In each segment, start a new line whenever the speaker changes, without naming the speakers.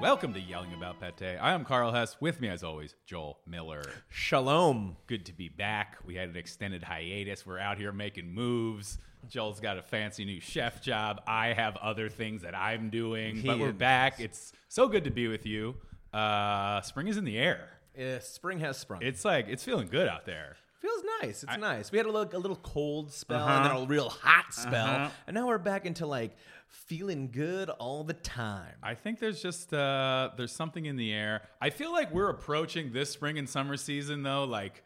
Welcome to Yelling About Pate. I am Carl Hess. With me, as always, Joel Miller.
Shalom.
Good to be back. We had an extended hiatus. We're out here making moves. Joel's got a fancy new chef job. I have other things that I'm doing, but we're
Yes.
back. It's so good to be with you. Uh, spring is in the air.
Uh, spring has sprung. It
It's like it's feeling good out there.
feels nice. It's nice. We had a little, a little cold spell and
Uh-huh.
then a real hot spell, and now we're back into like feeling good all the time.
I think there's just uh, there's something in the air. I feel like we're approaching this spring and summer season though, like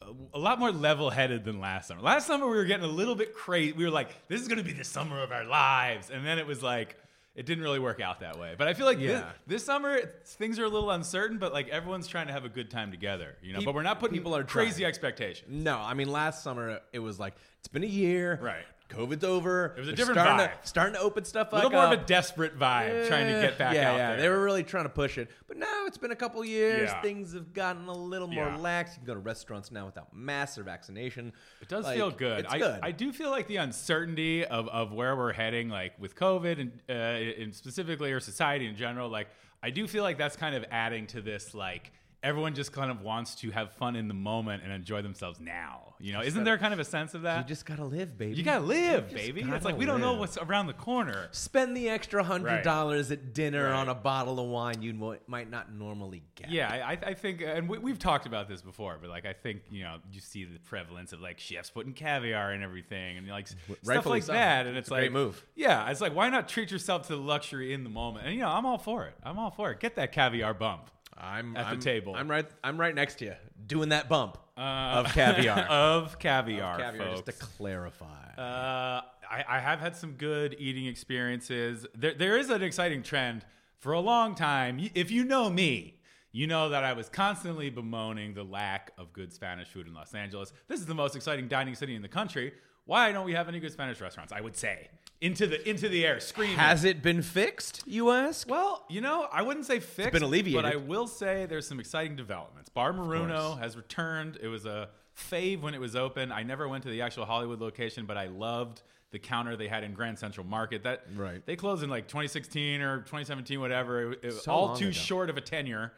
a- a lot more level-headed than last summer. Last summer we were getting a little bit crazy. We were like, "This is going to be the summer of our lives," and then it was like, it didn't really work out that way. But I feel like thi- this,
Yeah.
summer it's- things are a little uncertain, but like everyone's trying to have a good time together, you know.
Peop-
but we're not putting
people are
crazy
trying.
expectations.
No, I mean last summer it was like it's been a year.
Right.
COVID's over. It
was a different
starting
vibe.
To, starting to open stuff
A little
back
more
up.
of a desperate vibe, trying to get back
yeah,
out
yeah.
there.
They were really trying to push it. But now it's been a couple years.
Yeah.
Things have gotten a little more
Yeah.
lax. You can go to restaurants now without masks or vaccination.
It does
Like,
feel good.
It's
I,
good.
I do feel like the uncertainty of, of where we're heading, like with COVID and, uh, and specifically, or society in general, like I do feel like that's kind of adding to this, like everyone just kind of wants to have fun in the moment and enjoy themselves now. You know, isn't there kind of a sense of
you
that? You,
just gotta live, baby.
gotta live,
just
baby.
gotta
It's like we don't know
live.
what's around the corner.
Spend the extra hundred dollars at dinner
Right.
on a bottle of wine you mo- might not normally get.
Yeah, I, I- I think, and we, we've talked about this before, but like I think you know you see the prevalence of like chefs putting caviar and everything, and like s- stuff
rightfully
like
so.
that, and it's,
It's a
like
great move.
Yeah, it's like why not treat yourself to the luxury in the moment? And you know, I'm all for it. I'm all for it. Get that caviar bump.
I'm
At the
I'm-
table.
I'm right. I'm right next to you, doing that bump
Uh,
of caviar.
of caviar,
caviar,
folks.
just to clarify.
Uh, I, I have had some good eating experiences. There, there is an exciting trend for a long time. y- If you know me, you know that I was constantly bemoaning the lack of good Spanish food in Los Angeles. This is the most exciting dining city in the country. Why don't we have any good Spanish restaurants? I would say into the into the air, screaming.
Has it been fixed? You ask.
well, you know, I wouldn't say fixed,
been alleviated.
but I will say there's some exciting developments. Bar Maruno
course.
has returned. It was a fave when it was open. I never went to the actual Hollywood location, but I loved the counter they had in Grand Central Market. That
Right.
they closed in like 2016 or 2017, whatever. It, it,
So
all
long
too
ago. Mm.
short of a tenure.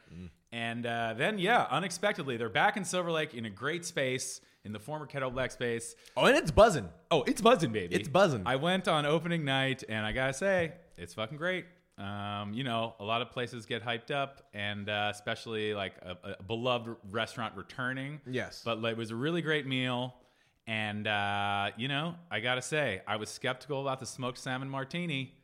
And uh, then, yeah, unexpectedly, they're back in Silver Lake in a great space in the former Kettle Black space.
oh, and it's buzzing.
Oh, it's buzzing, baby.
It's buzzing.
I went on opening night, and I gotta say, it's fucking great. Um, you know, a lot of places get hyped up, and uh, especially like a, a beloved restaurant returning.
Yes.
But like, it was a really great meal. And, uh, you know, I gotta say, I was skeptical about the smoked salmon martini.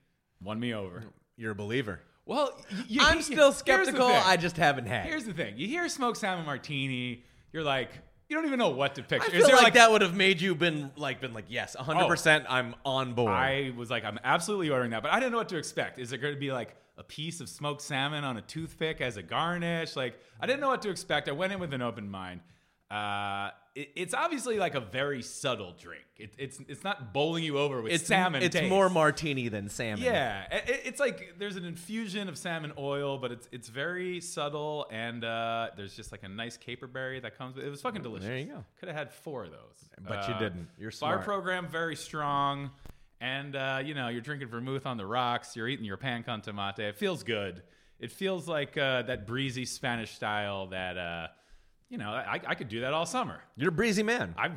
Won me over.
You're a believer.
Well,
I'm still skeptical. I
just.
just haven't had.
Here's the thing. You hear smoked salmon martini, you're like, you don't even know what to picture.
I
Is
feel
there, Oh.
like, that would have made you been like been like yes, 100. percent I'm on board.
I was like, I'm absolutely ordering that, but I didn't know what to expect. Is it going to be like a piece of smoked salmon on a toothpick as a garnish? Like, I didn't know what to expect. I went in with an open mind. Uh, it, it's obviously like a very subtle drink. It, it's it's not bowling you over with
it's
salmon.
It's
taste.
more martini than salmon.
Yeah, i- i- it's like there's an infusion of salmon oil, but it's it's very subtle, and uh, there's just like a nice caper berry that comes. with It was fucking delicious.
There you go.
Could have had four of those, Uh,
But you didn't. You're
Bar
smart.
program very strong, and uh, you know you're drinking vermouth on the rocks. You're eating your pan con tomate. It feels good. It feels like uh, that breezy Spanish style that uh, you know I, I could do that all summer.
you're a breezy man.
I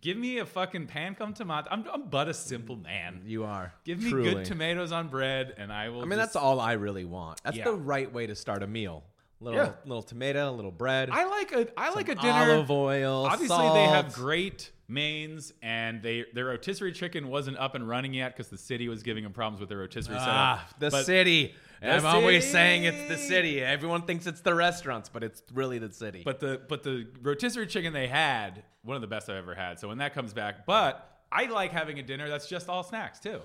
give me a fucking pan con tomate. I'm I'm but a simple man.
you are.
Give me
Truly.
good tomatoes on bread, and I will.
I mean, that's all I really want. That's
Yeah.
the right way to start a meal. Little
Yeah.
little tomato, little bread,
I like a I like a dinner.
olive oil.
Obviously, they have
salt.
great mains, and they their rotisserie chicken wasn't up and running yet because the city was giving them problems with their rotisserie
Ah,
setup.
the
But-
city.
The
I'm always saying it's the
city.
city. Everyone thinks it's the restaurants, but it's really the city.
But the but the rotisserie chicken they had one of the best I've ever had. So when that comes back, but I like having a dinner that's just all snacks too,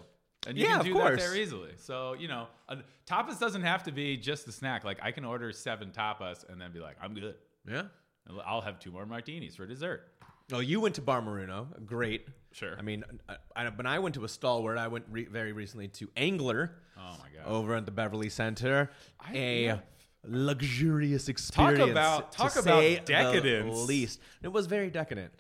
and you
Yeah,
can
of
do that
course.
there easily. So you know, a, tapas doesn't have to be just the snack. Like I can order seven tapas and then be like, I'm good.
yeah.
I'll have two more martinis for dessert.
Well, Oh, you went to Bar Maruno. Great.
Sure.
I mean, uh, I, I, when I went to a stalwart, I went re- very recently to Angler
Oh my god.
over at the Beverly Center.
I-
A
yeah.
luxurious experience.
about-
to
talk about
say the
decadence.
least. It was very decadent.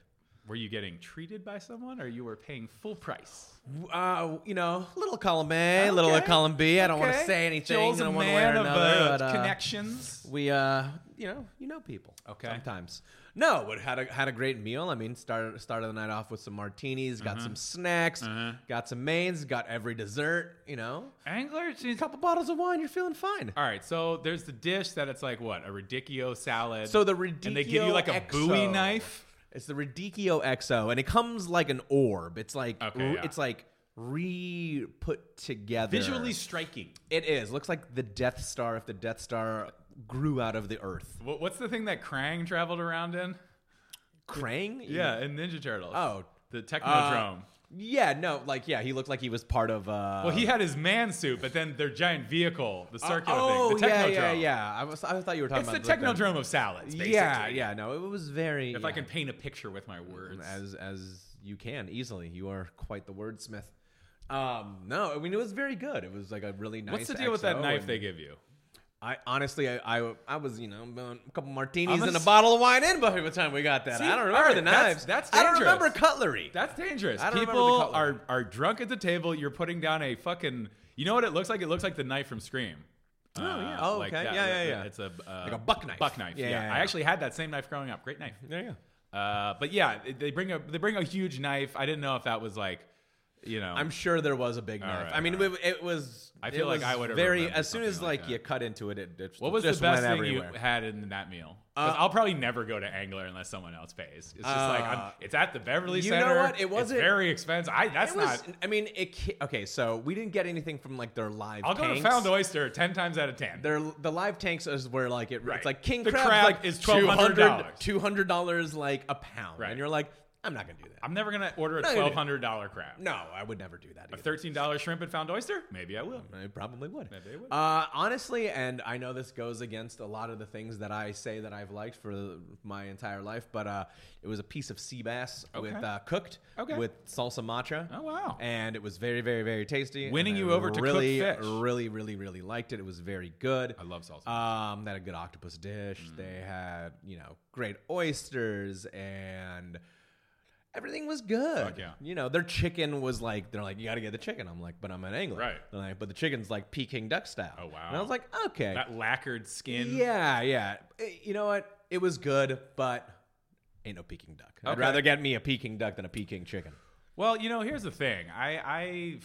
Were you getting treated by someone, or you were paying full price?
Uh, you know, little column A, little
Okay.
column B. I don't want to
Okay.
say anything
Joel's a
in one way or
man of,
another.
uh,
but, uh,
connections.
We, uh, you know, you know people.
Okay.
Sometimes. No, but had a had a great meal. I mean, started started the night off with some martinis, got
Mm-hmm.
some snacks, got some mains, got every dessert. You know,
Anglers.
a couple bottles of wine, you're feeling fine.
All right, so there's the dish that it's like what a radicchio salad.
So the
and they give you like a
radicchio
Bowie
XO.
knife.
It's the Radicchio XO, and it comes like an orb. It's like
Okay,
re-
yeah.
it's like re put together.
Visually striking.
it is. Looks like the Death Star if the Death Star grew out of the Earth.
What, what's the thing that Krang traveled around in?
Krang.
Yeah, in Ninja Turtles.
Oh. Uh,
the Technodrome.
Yeah. No. Like yeah, he looked like he was part of. Uh,
well, he had his man suit, but then their giant vehicle, the circular
oh,
thing, the
yeah,
Technodrome.
yeah, yeah. I was. I thought you were talking
It's the
about
Technodrome of salads. Basically.
Yeah, yeah. No, it was very.
If I
yeah.
can paint a picture with my words.
as as you can easily. You are quite the wordsmith. Um, no, I mean it was very good. It was like a really nice.
What's the deal with that
XO,
knife
and
they give you?
I honestly, I, I, I was you know about a couple martinis
I'm a
and a
s-
bottle of wine in by the time we got that.
See?
I don't
All
remember
right,
the
that's-
knives.
that's
I don't
dangerous.
remember cutlery.
That's dangerous.
I don't remember
People
the color.
are are drunk at the table. You're putting down a fucking. You know what it looks like? It looks like the knife from Scream. Oh
yeah. Oh, okay. Yeah, yeah, yeah.
It's a uh,
Like a buck knife.
Buck knife.
Yeah,
Yeah,
yeah,
I
yeah.
actually had that same knife growing up. Great knife.
yeah, yeah.
Uh, but yeah, it- they bring a they bring a huge knife. I didn't know if that was like, you know,
I'm sure there was a big knife.
right,
I mean,
all
it, it was.
I
it
feel like
was
I would've
very
remembered
as soon as
something like
like
that.
you cut into it, it just
what was
just
the best
went
thing
everywhere.
you had in that meal? 'Cause
Uh,
I'll probably never go to Angler unless someone else pays. It's just like
Uh,
I'm, it's at the Beverly
you know
Center.
what? It wasn't-
It's very expensive. I that's
It was.
not.
I mean, it. ca- Okay, so we didn't get anything from like their live.
I'll go
tanks.
to Found Oyster ten times out of ten.
They're, the live tanks is where like it,
Right.
it's like king
The
crab's
crab
like
is
$200
$1,200.
$200 like a pound
Right.
and you're like I'm not gonna do that
I'm never gonna order a
No, you
twelve
didn't.
hundred dollar crab.
no I would never do that
A
either.
thirteen dollar shrimp at Found Oyster? Maybe I will.
I probably would.
Maybe I would.
Uh, honestly, and I know this goes against a lot of the things that I say that I've liked for the- my entire life, but uh, it was a piece of sea bass with
Okay.
uh, cooked
Okay.
with salsa matcha.
Oh, wow.
And it was very, very, very tasty. and
Winning
I
you over to cooked
really,
fish.
Really, really, really liked it. It was very good.
I love salsa
Um, they had a good octopus dish.
Mm.
They had you know great oysters and. Everything was good.
Fuck yeah.
You know, their chicken was like, they're like, you got to get the chicken. I'm like, but I'm an angler.
Right.
They're like, but the chicken's like Peking duck style.
Oh, wow.
And I was like, okay,
That lacquered skin.
yeah, yeah. Eh, You know what? It was good, but ain't no Peking duck. I'd
Okay.
rather get me a Peking duck than a Peking chicken.
Well, you know, here's the thing. I, I,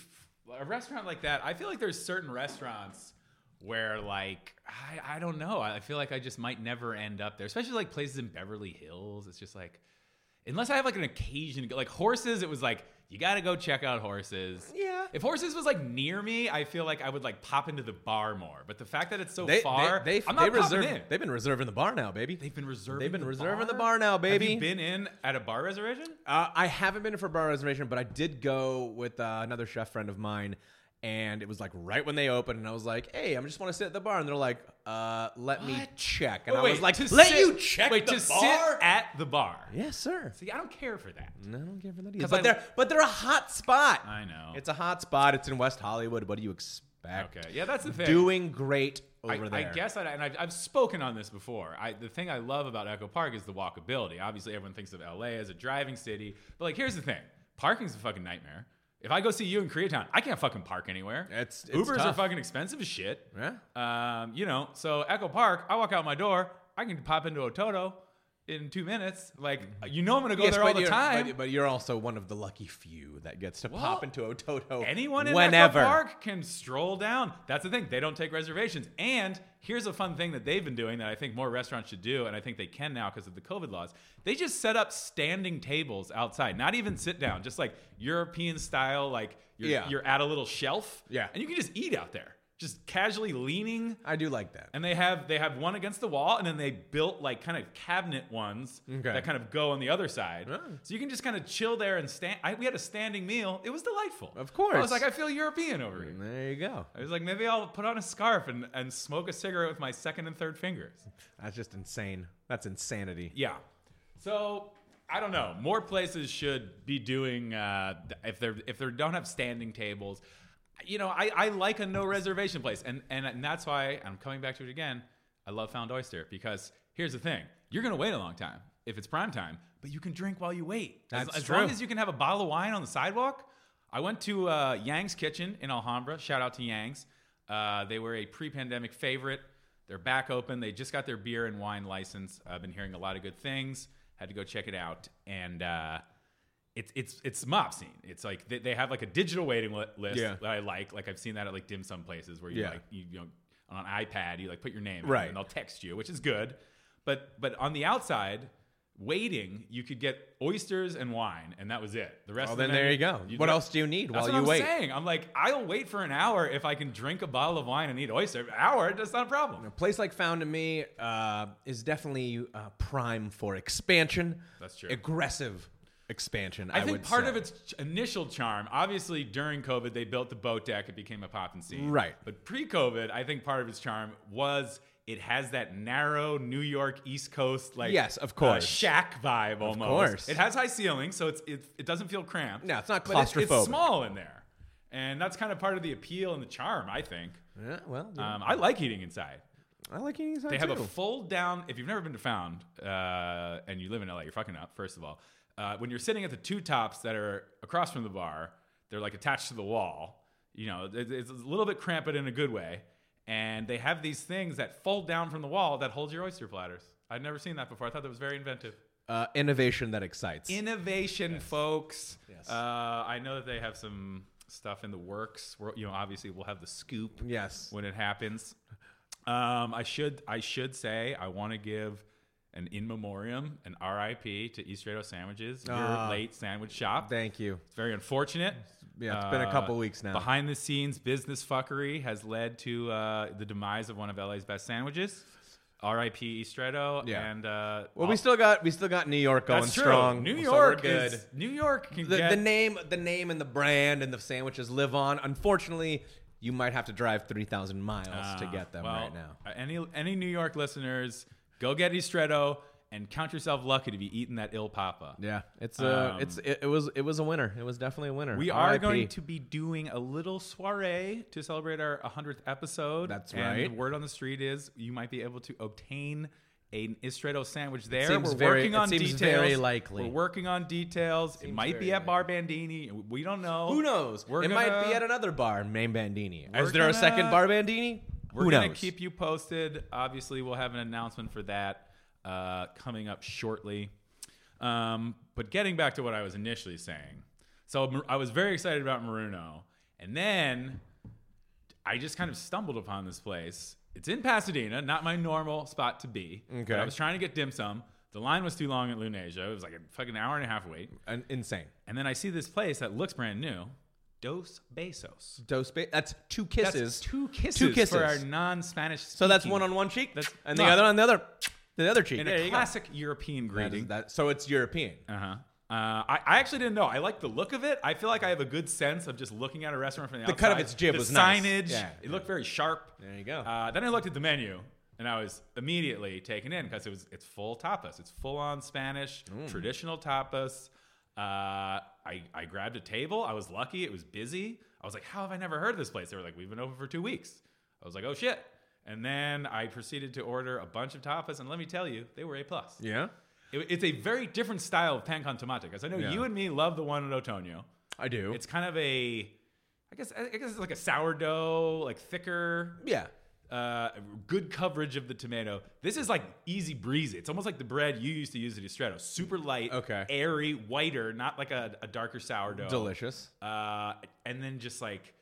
a restaurant like that. I feel like there's certain restaurants where, like, I, I don't know. I feel like I just might never end up there. Especially like places in Beverly Hills. It's just like, unless I have like an occasion to go, like horses. It was like you got to go check out horses.
Yeah.
If horses was like near me, I feel like I would like pop into the bar more. But the fact that it's so
They, they-
far,
they,
I'm not
they
popping
reserve,
in.
They've been reserving the bar now, baby.
They've been reserving.
They've been
the
reserving the bar now,
Have
baby.
you been in at a bar reservation?
Uh, I haven't been for bar reservation, but I did go with uh, another chef friend of mine, and it was like right when they opened, and I was like, "Hey, I just want to sit at the bar," and they're like, uh, "Let me check," and I was like,
to
"Let
sit-
you check
Wait
the
to
bar?" Mm,
sit at the bar.
yes, sir.
See, I don't care for that.
No, I don't care for that either.
'Cause
But
I-
they're but they're a hot spot.
I know.
It's a hot spot. It's in West Hollywood. What do you expect?
okay. Yeah, that's the thing.
Doing great over
I,
there.
I guess, I, and I've, I've spoken on this before. I, the thing I love about Echo Park is the walkability. Obviously, everyone thinks of LA as a driving city, but like, here's the thing: parking's a fucking nightmare. If I go see you in Koreatown, I can't fucking park anywhere.
It's- it's
Ubers are
tough.
fucking expensive as shit.
Yeah.
Um, you know, so Echo Park, I walk out my door, I can pop into Ototo in two minutes. Like, you know, I'm gonna go
Mm-hmm. Yes,
there
but
all the
you're-
time.
But, but you're also one of the lucky few that gets to
Well,
pop into Ototo
Anyone in
whenever.
Echo Park can stroll down. That's the thing. They don't take reservations. And here's a fun thing that they've been doing that I think more restaurants should do, and I think they can now because of the COVID laws. They just set up standing tables outside, not even sit down, just like European style, like you're,
Yeah.
you're at a little shelf.
Yeah.
And you can just eat out there, just casually leaning.
I do like that.
And they have they have one against the wall, and then they built like kind of cabinet ones
Okay.
that kind of go on the other side.
Oh.
So you can just kind of chill there and stand. I, we had a standing meal. It was delightful.
Of course.
I was like, I feel European over here.
There you go.
I was like, maybe I'll put on a scarf and, and smoke a cigarette with my second and third fingers.
That's just insane. That's insanity.
Yeah. So I don't know. More places should be doing uh, th- if they're if they don't have standing tables. You know, I, I like a no reservation place, and, and and that's why I'm coming back to it again. I love Found Oyster because here's the thing: you're gonna wait a long time. if it's prime time, but you can drink while you wait. As,
That's
as
true.
long as you can have a bottle of wine on the sidewalk. I went to uh, Yang's Kitchen in Alhambra. Shout out to Yang's. Uh, they were a pre-pandemic favorite. They're back open. They just got their beer and wine license. I've been hearing a lot of good things. Had to go check it out, and uh, it's it's it's mob scene. It's like they, they have like a digital waiting li- list
Yeah.
that I like. Like I've seen that at like dim sum places where you
Yeah.
like you, you know on an iPad you like put your name in,
Right.
and they'll text you, which is good. But but on the outside, waiting you could get oysters and wine, and that was it. The rest.
Well,
of the
then there
menu-
you go.
you'd
What
like-
else do you need
That's
while
what
you
I'm
wait?
saying. I'm like, I'll wait for an hour if I can drink a bottle of wine and eat oyster. An hour, that's not a problem.
A place like Found to Me uh, is definitely uh, prime for expansion.
That's true.
Aggressive expansion. I,
I think
would
part
say.
of its ch- initial charm, obviously during COVID, they built the boat deck. It became a poppin' scene.
Right.
But pre-COVID, I think part of its charm was it has that narrow New York East Coast like
Yes, of course.
uh, shack vibe almost.
course.
it has high ceilings, so it's it, it doesn't feel cramped.
No, it's not
But it's-
claustrophobic.
it's small in there, and that's kind of part of the appeal and the charm. I think.
Yeah, well, yeah.
Um, I like eating inside.
I like eating inside
They have
too.
a full down. If you've never been to Found uh, and you live in LA, you're fucking up. First of all, uh, when you're sitting at the two tops that are across from the bar, they're like attached to the wall. You know, it- it's a little bit cramped, but in a good way. And they have these things that fold down from the wall that hold your oyster platters. I'd never seen that before. I thought that was very inventive.
uh, innovation that excites.
Innovation, folks.
Yes.
Uh, I know that they have some stuff in the works. We're, you know, obviously we'll have the scoop
yes.
when it happens. Um, I should I should say I want to give an in memoriam, an RIP to East Radio Sandwiches, your
Ah.
late sandwich shop.
Thank you.
It's very unfortunate. Uh,
Yeah, it's been a couple weeks now.
Behind the scenes business fuckery has led to uh, the demise of one of LA's best sandwiches. R.I.P. Estretto
Yeah.
and uh,
Well,
I'll-
we still got we still got New York going
that's true.
strong.
New
so we're
York
good.
is New York can
the,
get
the name the name and the brand and the sandwiches live on. Unfortunately, you might have to drive three thousand miles to
Ah,
get them
well,
right now.
uh, Any any New York listeners, go get Estretto and count yourself lucky to be eating that ill papa.
Yeah, it's a
Um,
it's it, it was it was a winner. It was definitely a winner.
We are
RIP.
going to be doing a little soiree to celebrate our 100th episode.
That's
And
right.
the word on the street is you might be able to obtain an Istretto sandwich there.
seems
We're
very-
working
it
on
seems
details.
very likely.
We're working on details. it might be
very
at Bar Bandini. We don't know.
Who knows?
We're
it might be
gonna-
at another bar named Bandini. Is
We're
there a
gonna-
second bar Bandini?
We're
Who
gonna
knows?
keep you posted. Obviously, we'll have an announcement for that uh, coming up shortly. Um, but getting back to what I was initially saying, so Mar- I was very excited about Maruno, and then I just kind of stumbled upon this place. It's in Pasadena, not my normal spot to be. but
Okay.
I was trying to get dim sum. The line was too long at Lunasia. It was like a fucking hour and a half wait.
An, insane.
And then I see this place that looks brand new, Dos Besos.
Dose ba- that's two kisses.
That's two kisses,
kisses.
for our non-Spanish.
so that's
speaking.
one on one cheek,
That's-
and the
no.
other on the other, the other cheek.
in
There
a
you go.
classic European
That is-
greeting.
that- so it's European.
uh-huh. Uh, I, I actually didn't know. I like the look of it. I feel like I have a good sense of just looking at a restaurant from the,
The
outside.
cut of its jib
the
was nice.
signage.
Yeah,
it looked very sharp.
There you go.
Uh, then I looked at the menu and I was immediately taken in because it was it's full tapas. It's full on Spanish
Mm.
traditional tapas. Uh, I I grabbed a table. I was lucky. It was busy. I was like, how have I never heard of this place? They were like, we've been open for two weeks. I was like, oh shit. And then I proceeded to order a bunch of tapas, and let me tell you, they were a plus.
yeah,
It- it's a very different style of pan con tomate because I know
Yeah.
you and me love the one at Otonio.
I do.
It's kind of a, I guess I guess it's like a sourdough, like thicker,
yeah,
uh, good coverage of the tomato. This is like easy breezy. It's almost like the bread you used to use at Estretto, super light,
Okay.
airy, whiter, not like a, a darker sourdough.
delicious.
Uh, and then just like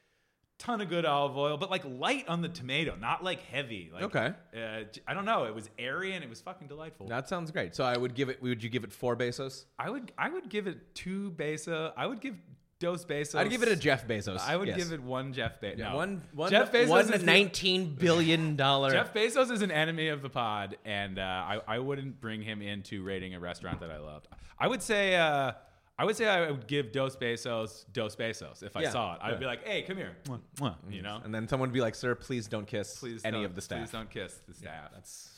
ton of good olive oil, but like light on the tomato, not like heavy. Like,
Okay.
uh, j- I don't know. It was airy and it was fucking delightful.
That sounds great. So I would give it. Would you give it four Bezos?
I would I would give it two Besa. I would give Dos Bezos.
I'd give it a Jeff Bezos.
I would
Yes.
give it one Jeff Bezos. No.
one. One.
Jeff Bezos
one
is the-
nineteen billion dollar.
Jeff Bezos is an enemy of the pod, and uh, I I wouldn't bring him into rating a restaurant that I loved. I would say. Uh, I would say I would give Dos Bezos Dos Bezos if I
Yeah.
saw it. I would
Yeah.
be like, "Hey, come here," Mwah, mwah, you know.
And then someone would be like, "Sir, please don't kiss
Please
any
don't-
of the staff."
Please don't kiss the staff.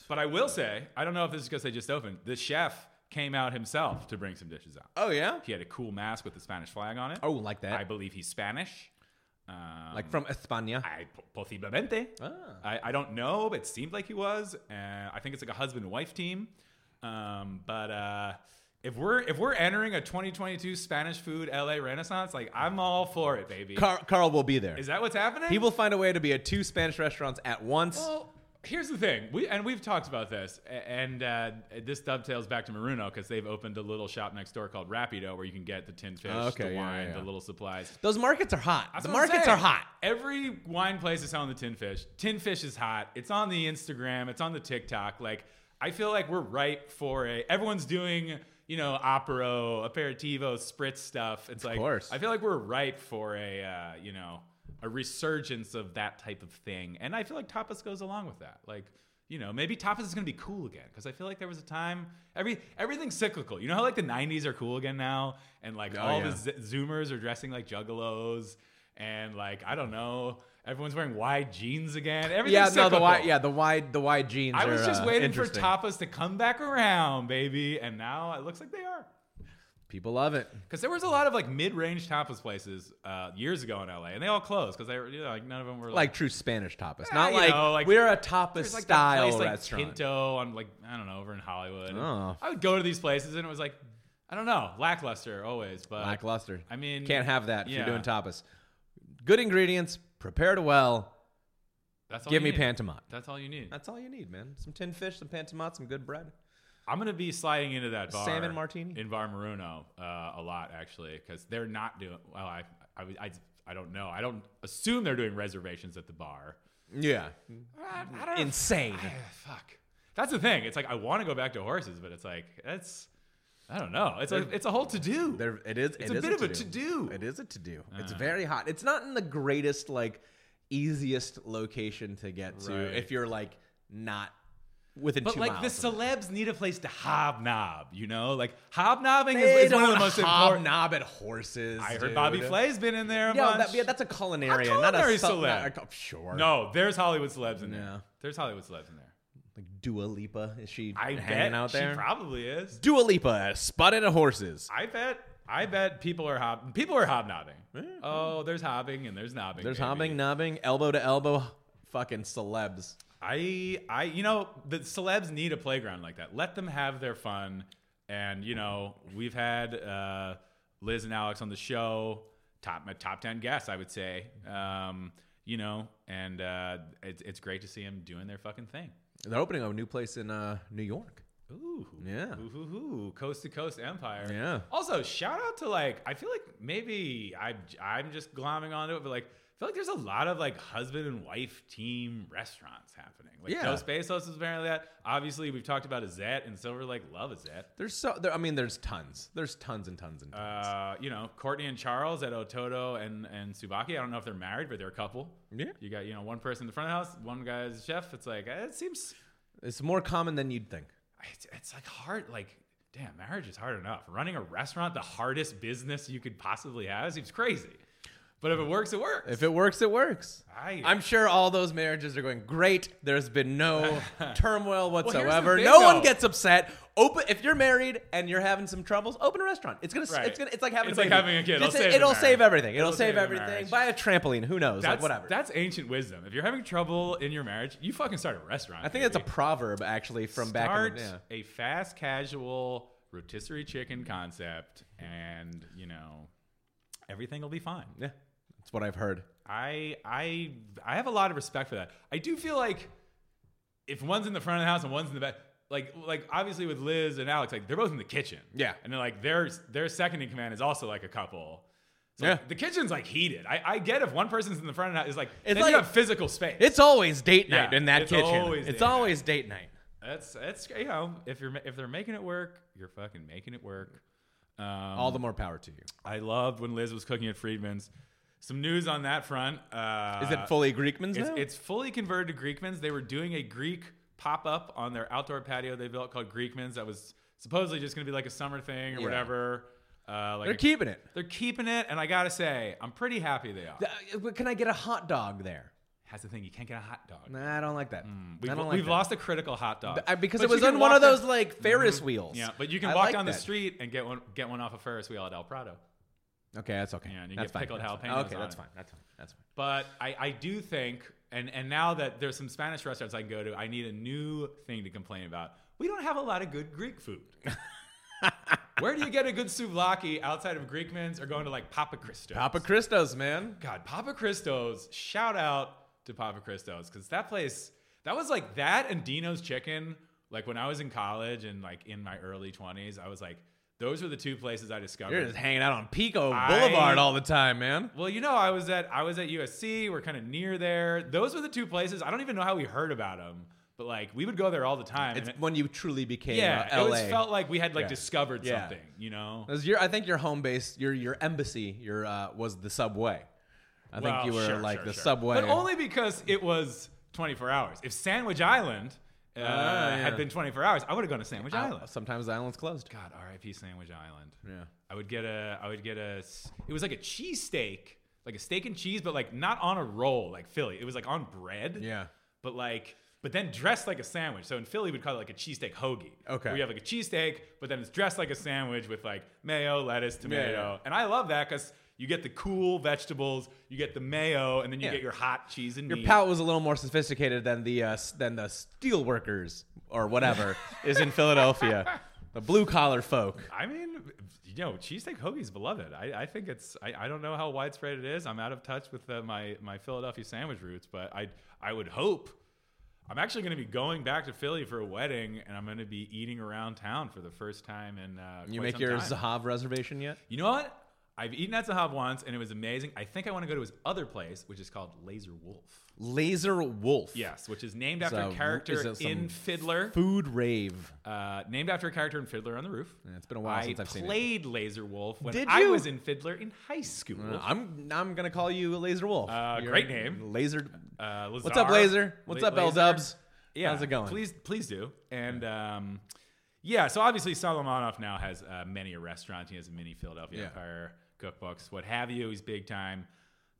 But I will say, I don't know if this is because they just opened. The chef came out himself to bring some dishes out.
Oh yeah.
He had a cool mask with the Spanish flag on it.
Oh, like that.
I believe he's Spanish. Um,
like from España.
I posiblemente.
Ah.
I, I don't know, but it seemed like he was. Uh, I think it's like a husband and wife team. Um, but uh, if we're if we're entering a 2022 Spanish food LA Renaissance, like I'm all for it, baby.
Carl, Carl will be there.
Is that what's happening?
he will find a way to be at two Spanish restaurants at once.
Well, here's the thing. We and we've talked about this, a- and uh, this dovetails back to Maruno because they've opened a little shop next door called Rapido, where you can get the tin fish,
Okay,
the
yeah,
wine,
yeah, yeah.
the little supplies.
Those markets are hot.
That's
the
what I'm
markets
saying.
are hot.
Every wine place is selling the tin fish. Tin fish is hot. It's on the Instagram. It's on the TikTok. Like I feel like we're ripe for a. Everyone's doing you know opero, aperitivo, spritz stuff. It's like
course.
I feel like we're ripe for a uh, you know a resurgence of that type of thing, and I feel like tapas goes along with that. Like. You know, maybe tapas is going to be cool again because I feel like there was a time every everything's cyclical. You know how like the '90s are cool again now, and like
Oh,
all
yeah.
the Z- Zoomers are dressing like juggalos, and like I don't know, everyone's wearing wide jeans again. Everything's
Yeah, no, the
cyclical.
wide, yeah, the wide, the wide jeans.
I was
are,
just
uh,
waiting for
interesting.
tapas to come back around, baby, and now it looks like they are.
People love it.
Because there was a lot of like mid-range tapas places uh, years ago in LA, and they all closed because they were you know, like none of them were
Like true Spanish tapas,
Ah,
not
you
like,
know, like-
we're a tapas
There's like that
style
place like
restaurant.
Pinto on like I don't know over in Hollywood. And
Oh.
I would go to these places and it was like I don't know lackluster always, but
Lackluster.
I mean
Can't have that if
yeah.
you're doing tapas. Good ingredients, prepared well.
that's all
Give
you
me
need.
pantomime.
That's all you need.
That's all you need, man. Some tin fish, some pantomime, some good bread.
I'm gonna be sliding into that bar,
Salmon martini?
in Bar Maruno uh, a lot actually, because they're not doing well. I, I would- I I don't know. I don't assume they're doing reservations at the bar.
Yeah.
I, I don't
Mm. Insane.
Ah, fuck. That's the thing. It's like I want to go back to horses, but it's like that's I don't know. It's a it's a whole to do.
There, it is.
It's
it
a
is
bit of a
to-do.
to-do. Uh.
It is a to do. It's very hot. It's not in the greatest, like, easiest location to get to
Right.
if you're like not within
But
two
like
miles.
the
of it.
celebs need a place to hobnob, you know? Like hobnobbing
They
is, is one of the
don't
most important.
hobnob at horses.
I
dude.
heard Bobby Flay's been in there a
Yeah,
bunch.
that, yeah, that's a culinarian,
A
not a
culinary
cel-
celeb.
not a cul- sure.
no, there's Hollywood celebs in there.
Yeah.
There's Hollywood celebs in there.
Like Dua Lipa, is she
I
hanging
bet
out there?
she probably is.
Dua Lipa spotted at horses.
I bet. I bet people are hob people are hobnobbing. Oh, there's hobbing and there's nobbing.
There's
baby.
hobbing, nobbing, elbow to elbow, fucking celebs.
I I you know the celebs need a playground like that. Let them have their fun. And you know we've had uh, Liz and Alex on the show, top my top ten guests I would say. Um, you know, and uh, it's it's great to see them doing their fucking thing.
They're opening a new place in uh, New York.
Ooh.
Yeah.
Ooh, ooh, ooh. Coast to coast empire.
Yeah.
Also, shout out to like, I feel like maybe I, I'm just glomming onto it, but like, I feel like there's a lot of like husband and wife team restaurants happening. Like,
Yeah.
Dos Besos is apparently that. Obviously, we've talked about Azette and Silver Lake love Azette.
There's so there, I mean, there's tons. There's tons and tons and tons.
Uh, you know, Courtney and Charles at Ototo and, and Subaki. I don't know if they're married, but they're a couple.
yeah,
You got, you know, one person in the front of the house, one guy's a chef. It's like, eh, it seems
it's more common than you'd think.
it's, it's like hard like damn marriage is hard enough running a restaurant the hardest business you could possibly have seems crazy but if it works it works
If it works, it works.
I-
I'm sure all those marriages are going great. There's been no turmoil
here's the
whatsoever.
thing,
no one
though.
gets upset. Open if you're married and you're having some troubles, open a restaurant. It's gonna.
Right.
It's gonna. It's like having.
It's like having a kid. It'll
Just-
save the
it'll
marriage.
save everything. It'll,
It'll
save,
save the
everything.
marriage.
Buy a trampoline. Who knows?
that's
like whatever.
that's ancient wisdom if you're having trouble in your marriage you fucking start a restaurant
I think that's a proverb actually from
start
back. In the, yeah.
a fast casual rotisserie chicken concept and you know everything will be fine
yeah, that's what I've heard.
I I I have a lot of respect for that. I do feel like if one's in the front of the house and one's in the back, like like obviously with Liz and Alex, like they're both in the kitchen.
Yeah.
and they're like their their second in command is also like a couple. So
Yeah.
the kitchen's like heated. I, I get if one person's in the front of the house is like
It's
then you
like-
have physical space.
It's always date
Yeah,
night in that
it's
kitchen.
always
it's
date night.
always date night.
that's that's you know if you're ma- if they're making it work, you're fucking making it work. Um,
All the more power to you.
I loved when Liz was cooking at Friedman's. Some news on that front. Uh,
Is it fully Greekman's
It's,
now?
it's fully converted to Greekman's. They were doing a Greek pop up on their outdoor patio they built called Greekman's that was supposedly just going to be like a summer thing or
Yeah.
whatever. Uh, like
They're keeping it.
they're keeping it, and I gotta say, I'm pretty happy they are.
Uh, Can I get a hot dog there?
That's the thing; you can't get a hot dog.
Nah, I don't like that.
Mm, We've,
I don't like
we've
that.
lost a critical hot dog
I, because
But
it was
you can
on one of
walk down-
those like Ferris wheels.
yeah, but you can
I
walk
like
down the
that.
street and get one get one off a Ferris wheel at El Prado.
Okay, that's okay.
Yeah, and you
that's
get
fine.
pickled
that's fine.
jalapenos
Okay,
on
that's
it.
fine. That's fine. That's fine.
But I, I do think, and, and now that there's some Spanish restaurants I can go to, I need a new thing to complain about. we don't have a lot of good Greek food. Where do you get a good souvlaki outside of Greekman's or going to like Papa Christos?
Papa Christos, man.
God, Papa Christos, shout out to Papa Christos because that place, that was like that and Dino's Chicken. Like when I was in college and like in my early 20s, I was like, those were the two places I discovered.
You're just hanging out on Pico
I-
Boulevard all the time, man.
Well, you know, I was at I was at USC. We're kind of near there. Those were the two places. I don't even know how we heard about them, but like we would go there all the time.
It's
and it-
when you truly became
yeah,
uh,
it
LA.
was felt like we had like
Yeah.
discovered
Yeah.
something. You know,
It was your, I think your home base, your your embassy, your uh, was the subway. I think
Well,
you were
sure,
like
sure,
the
sure.
subway.
but only because it was 24 hours. If Sandwich Island uh,
Ah, yeah.
had been 24 hours, I would have gone to Sandwich
Island.
Island.
Sometimes the island's closed.
God, R.I.P. Sandwich Island.
Yeah.
I would get a, I would get a, s- it was like a cheesesteak, like a steak and cheese, but like not on a roll like Philly. It was like on bread.
Yeah.
But like, but then dressed like a sandwich. So in Philly, we'd call it like a cheesesteak hoagie.
Okay.
Where you have like a cheesesteak, but then it's dressed like a sandwich with like mayo, lettuce, tomato.
yeah.
And I love that because you get the cool vegetables, you get the mayo, and then you
Yeah.
get your hot cheese and
Your
meat.
palate was a little more sophisticated than the uh, s- than the steel workers or whatever is in Philadelphia, the blue collar folk.
I mean, you know, cheesesteak hoagie's beloved. I, I think it's, I, I don't know how widespread it is. I'm out of touch with uh, my, my Philadelphia sandwich roots, but I, I would hope. I'm actually going to be going back to Philly for a wedding, and I'm going to be eating around town for the first time in uh,
You
quite
make
some
your
time.
Zahav reservation yet?
You know what? I've eaten at Zahav once, and it was amazing. I think I want to go to his other place, which is called Laser Wolf.
Laser Wolf.
Yes, which is named after
So,
a character
is it some
in Fiddler.
Food rave.
Uh, named after a character in Fiddler on the Roof.
Yeah, it's been a while
I
since I've seen it.
played Laser Wolf when
Did
I
you?
was in Fiddler in high school.
Uh, I'm I'm gonna call you Laser Wolf.
Uh,
You're-
great name.
Laser.
Uh,
What's up,
Lazar.
Laser? What's
La-
up, L
Laser.
Dubs?
Yeah,
How's it going?
Please, please do. And um, yeah, so obviously Solomonov now has uh, many a restaurant. He has a mini Philadelphia
Yeah.
Empire, cookbooks, what have you. He's big time.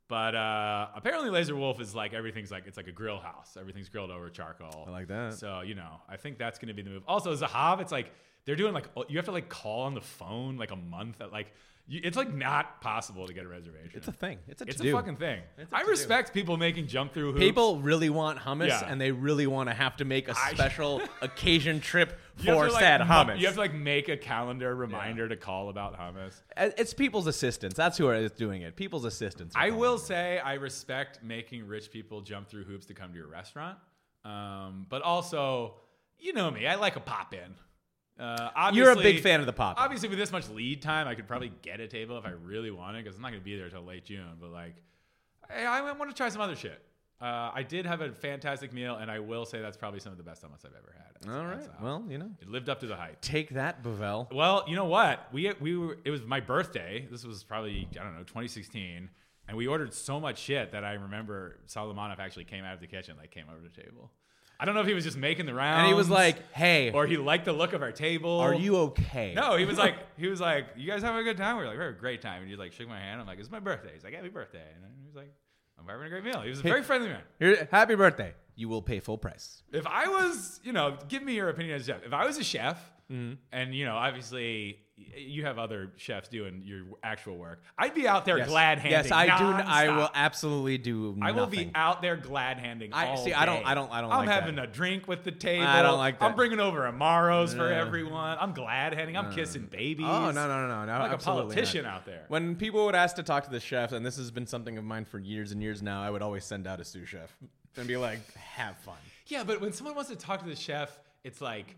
But uh, apparently, Laser Wolf is like everything's like it's like a grill house. Everything's grilled over charcoal.
I like that.
So you know, I think that's going to be the move. Also, Zahav, it's like they're doing like oh, you have to like call on the phone like a month. At, like you, it's like not possible to get a reservation.
It's a thing. It's a
It's
to-do.
a fucking thing.
It's a
I
to-do.
respect people making jump through hoops.
People really want hummus,
Yeah.
and they really want to have to make a
I-
special occasion trip
You have
for
to, like,
said
mu-
hummus.
You have to like make a calendar reminder to call about hummus.
Uh, it's people's assistants. That's who is doing it. People's assistants. are
I
doing
will
it.
say I respect making rich people jump through hoops to come to your restaurant, um, but also, you know me, I like a pop in. Uh, obviously,
You're a big fan of the pop.
Obviously, with this much lead time, I could probably get a table if I really wanted because I'm not going to be there till late June. But like, I, I want to try some other shit. Uh, I did have a fantastic meal, and I will say that's probably some of the best hummus I've ever had. That's-
All right.
that's a-
Well, you know,
it lived up to the hype.
take that, Bavel.
Well, you know what? We we were, it was my birthday. This was probably I don't know 2016, and we ordered so much shit that I remember Solomonov actually came out of the kitchen, like came over to the table. I don't know if he was just making the rounds,
And he was like, "Hey,
or he liked the look of our table.
are you okay?"
No, he was like, he was like, you guys having a good time? We were like, we had a great time. And he like shook my hand. I'm like, it's my birthday. He's like, happy birthday. And he was like, I'm having a great meal. He was a very friendly man.
Here, happy birthday. You will pay full price.
If I was, you know, give me your opinion as a chef. If I was a chef,
Mm-hmm.
and you know, obviously y- you have other chefs doing your actual work, I'd be out there glad handing.
Yes, I do. I
nonstop.
will absolutely do.
I will
nothing.
be out there glad handing.
I-
all
see, I don't-
day.
I don't- I don't
I'm
like that.
having a drink with the table.
I don't like
I'm
that.
bringing over Amaros for
Yeah.
everyone. I'm glad handing. I'm kissing babies.
Oh no no no no!
I'm like a
absolutely not.
politician out there.
When people would ask to talk to the chef, and this has been something of mine for years and years now, I would always send out a sous chef and be like, "Have fun."
Yeah, but when someone wants to talk to the chef, it's like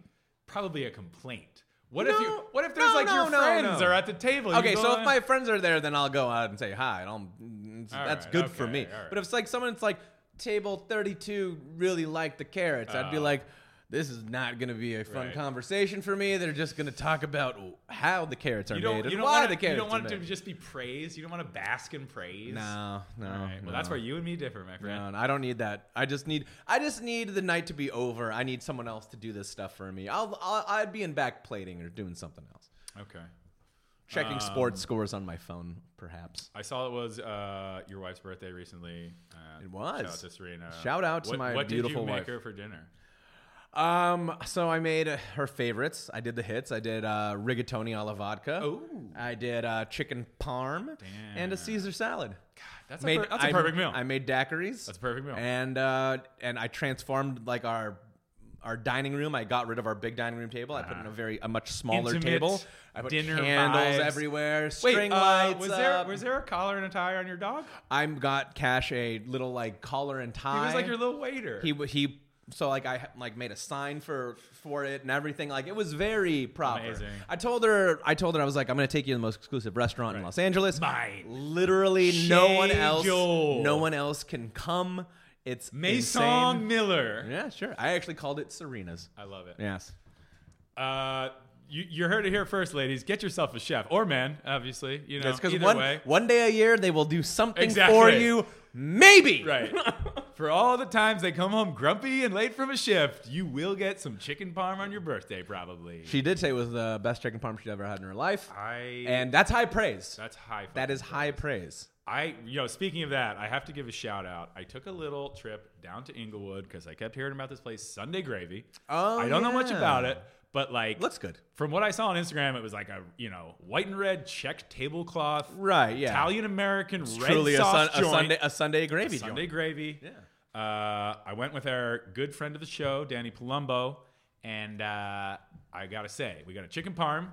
probably a complaint. What if you?
No.
What if there's
No,
like
no,
your
no,
friends
no.
are at the table? You
Okay,
go
so
in-
if my friends are there, then I'll go out and say hi. And I'll, mm,
All
that's
right,
good for
okay,
me.
all right.
But if it's like someone that's like table thirty-two really liked the carrots, I'd be
Oh.
like. This is not going to be a fun
Right.
conversation for me. They're just going to talk about how the carrots are
You don't,
made
you
and
don't
why
want it,
the
you
carrots
don't want
are
it to
made.
just be praise. You don't want to bask in praise.
no, no.
All right. Well, that's
no.
where you and me differ, my friend.
No, no, I don't need that. I just need I just need the night to be over. I need someone else to do this stuff for me. I'll, I'll I'd be in back plating or doing something else.
Okay.
Checking
Um,
sports scores on my phone, perhaps.
I saw it was uh, your wife's birthday recently. Uh,
It was.
Shout out to Serena.
Shout out to
What-
my
what
beautiful
did you
wife.
make her for dinner?
Um, so I made uh, her favorites. I did the hits. I did uh, rigatoni alla vodka.
Ooh.
I did uh, chicken parm and a Caesar salad.
That's, a, per- that's a
I-
perfect meal.
I made daiquiris.
That's a perfect meal.
And uh, and I transformed like our our dining room. I got rid of our big dining room table. I put in a very a much smaller
Uh-huh. Intimate
table. I put
dinner
candles
vibes.
everywhere,
Wait,
string
uh,
lights.
was there
up.
was there a collar and a tie on your dog?
I got Cash a little like collar and tie.
He was like your little waiter.
he w- he so like I like made a sign for for it and everything like it was very proper.
Amazing.
I told her I told her I was like I'm going to take you to the most exclusive restaurant in Los Angeles.
Mine.
Literally no one else
Shade-o.
no one else can come. It's
Maison
insane.
Miller.
Yeah, sure. I actually called it Serena's.
I love it.
Yes.
Uh, you, you heard it here first, ladies. Get yourself a chef or man, obviously. You know,
It's because
either
one
way.
one day a year they will do something for
Exactly.
you maybe.
Right. For all the times they come home grumpy and late from a shift, you will get some chicken parm on your birthday, probably.
She did say it was the best chicken parm she'd ever had in her life.
I
and that's high praise.
that's high.
That
fucking
is high praise.
I, you know, speaking of that, I have to give a shout out. I took a little trip down to Inglewood because I kept hearing about this place, Sunday Gravy.
Oh,
I don't know much
yeah.
about it, but like,
Looks good.
from what I saw on Instagram, it was like a you know white and red check tablecloth,
Right, yeah.
Italian American red
truly a,
sauce
sun, a
joint,
Sunday a Sunday gravy
Sunday
joint.
gravy.
Yeah.
Uh, I went with our good friend of the show, Danny Palumbo, and uh, I gotta say, we got a chicken parm,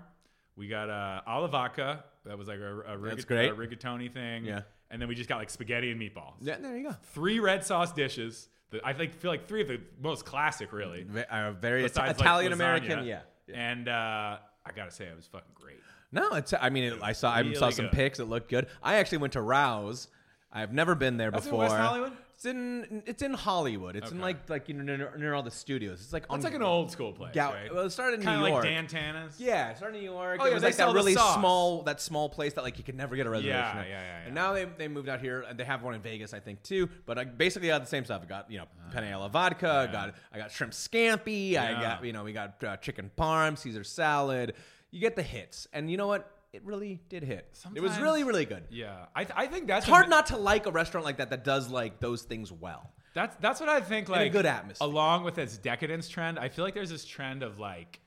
we got a alavaca. That was like a, a, rigat-
That's great.
a rigatoni thing.
Yeah.
And then we just got like spaghetti and meatballs.
Yeah, there you go.
Three red sauce dishes. that I think feel like three of the most classic, really.
Ve- uh, very Ita-
besides, like,
Italian American,
lasagna.
yeah.
And uh, I gotta say, it was fucking great.
No, it's. I mean, it, I saw I saw
Really
some
good.
pics. It looked good. I actually went to Rouse. I've never been there
That's in
before.
West Hollywood?
It's in it's in Hollywood. It's in
Okay.
like like you know near, near all the studios. It's like on
It's like an old school place,
Gow-
right?
Well, it started in
Kind
New
of like
York.
Dan Tana's.
Yeah, it started in New York.
Oh,
it
yeah,
was
they
like
sell
that
the
really
sauce.
small that small place that like you could never get a reservation.
Yeah,
at.
yeah, yeah,
And
yeah.
now they they moved out here and they have one in Vegas, I think, too. But I basically got the same stuff. I got you know penne alla vodka. I got I got shrimp scampi. I
Ah. Yeah.
got you know we got uh, chicken parm, Caesar salad. You get the hits, and you know what? It really did hit. it was
Sometimes-
really really good.
Yeah, I, th- I think that's
It's hard not to like a restaurant like that that does like those things well.
That's that's what I think. Like
good atmosphere.
along with this decadence trend, I feel like there's this trend of like,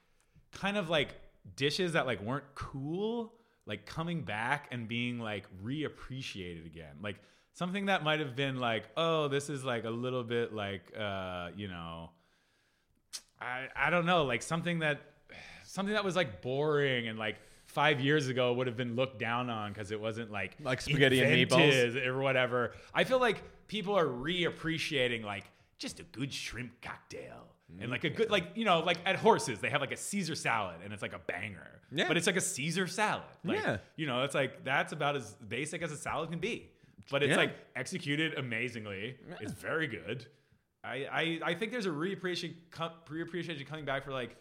kind of like dishes that like weren't cool, like coming back and being like reappreciated again. Like something that might have been like, oh, this is like a little bit like, uh, you know, I I don't know, like something that something that was like boring and like. Five years ago, would have been looked down on because it wasn't like
Like spaghetti and
inventive is
meatballs?
or whatever. I feel like people are reappreciating like just a good shrimp cocktail and like a good like you know like at horses they have like a Caesar salad and it's like a banger.
Yeah.
But it's like a Caesar salad. Like,
Yeah.
You know, it's like that's about as basic as a salad can be. But it's
Yeah.
like executed amazingly. It's very good. I, I I think there's a reappreciation co- reappreciation coming back for like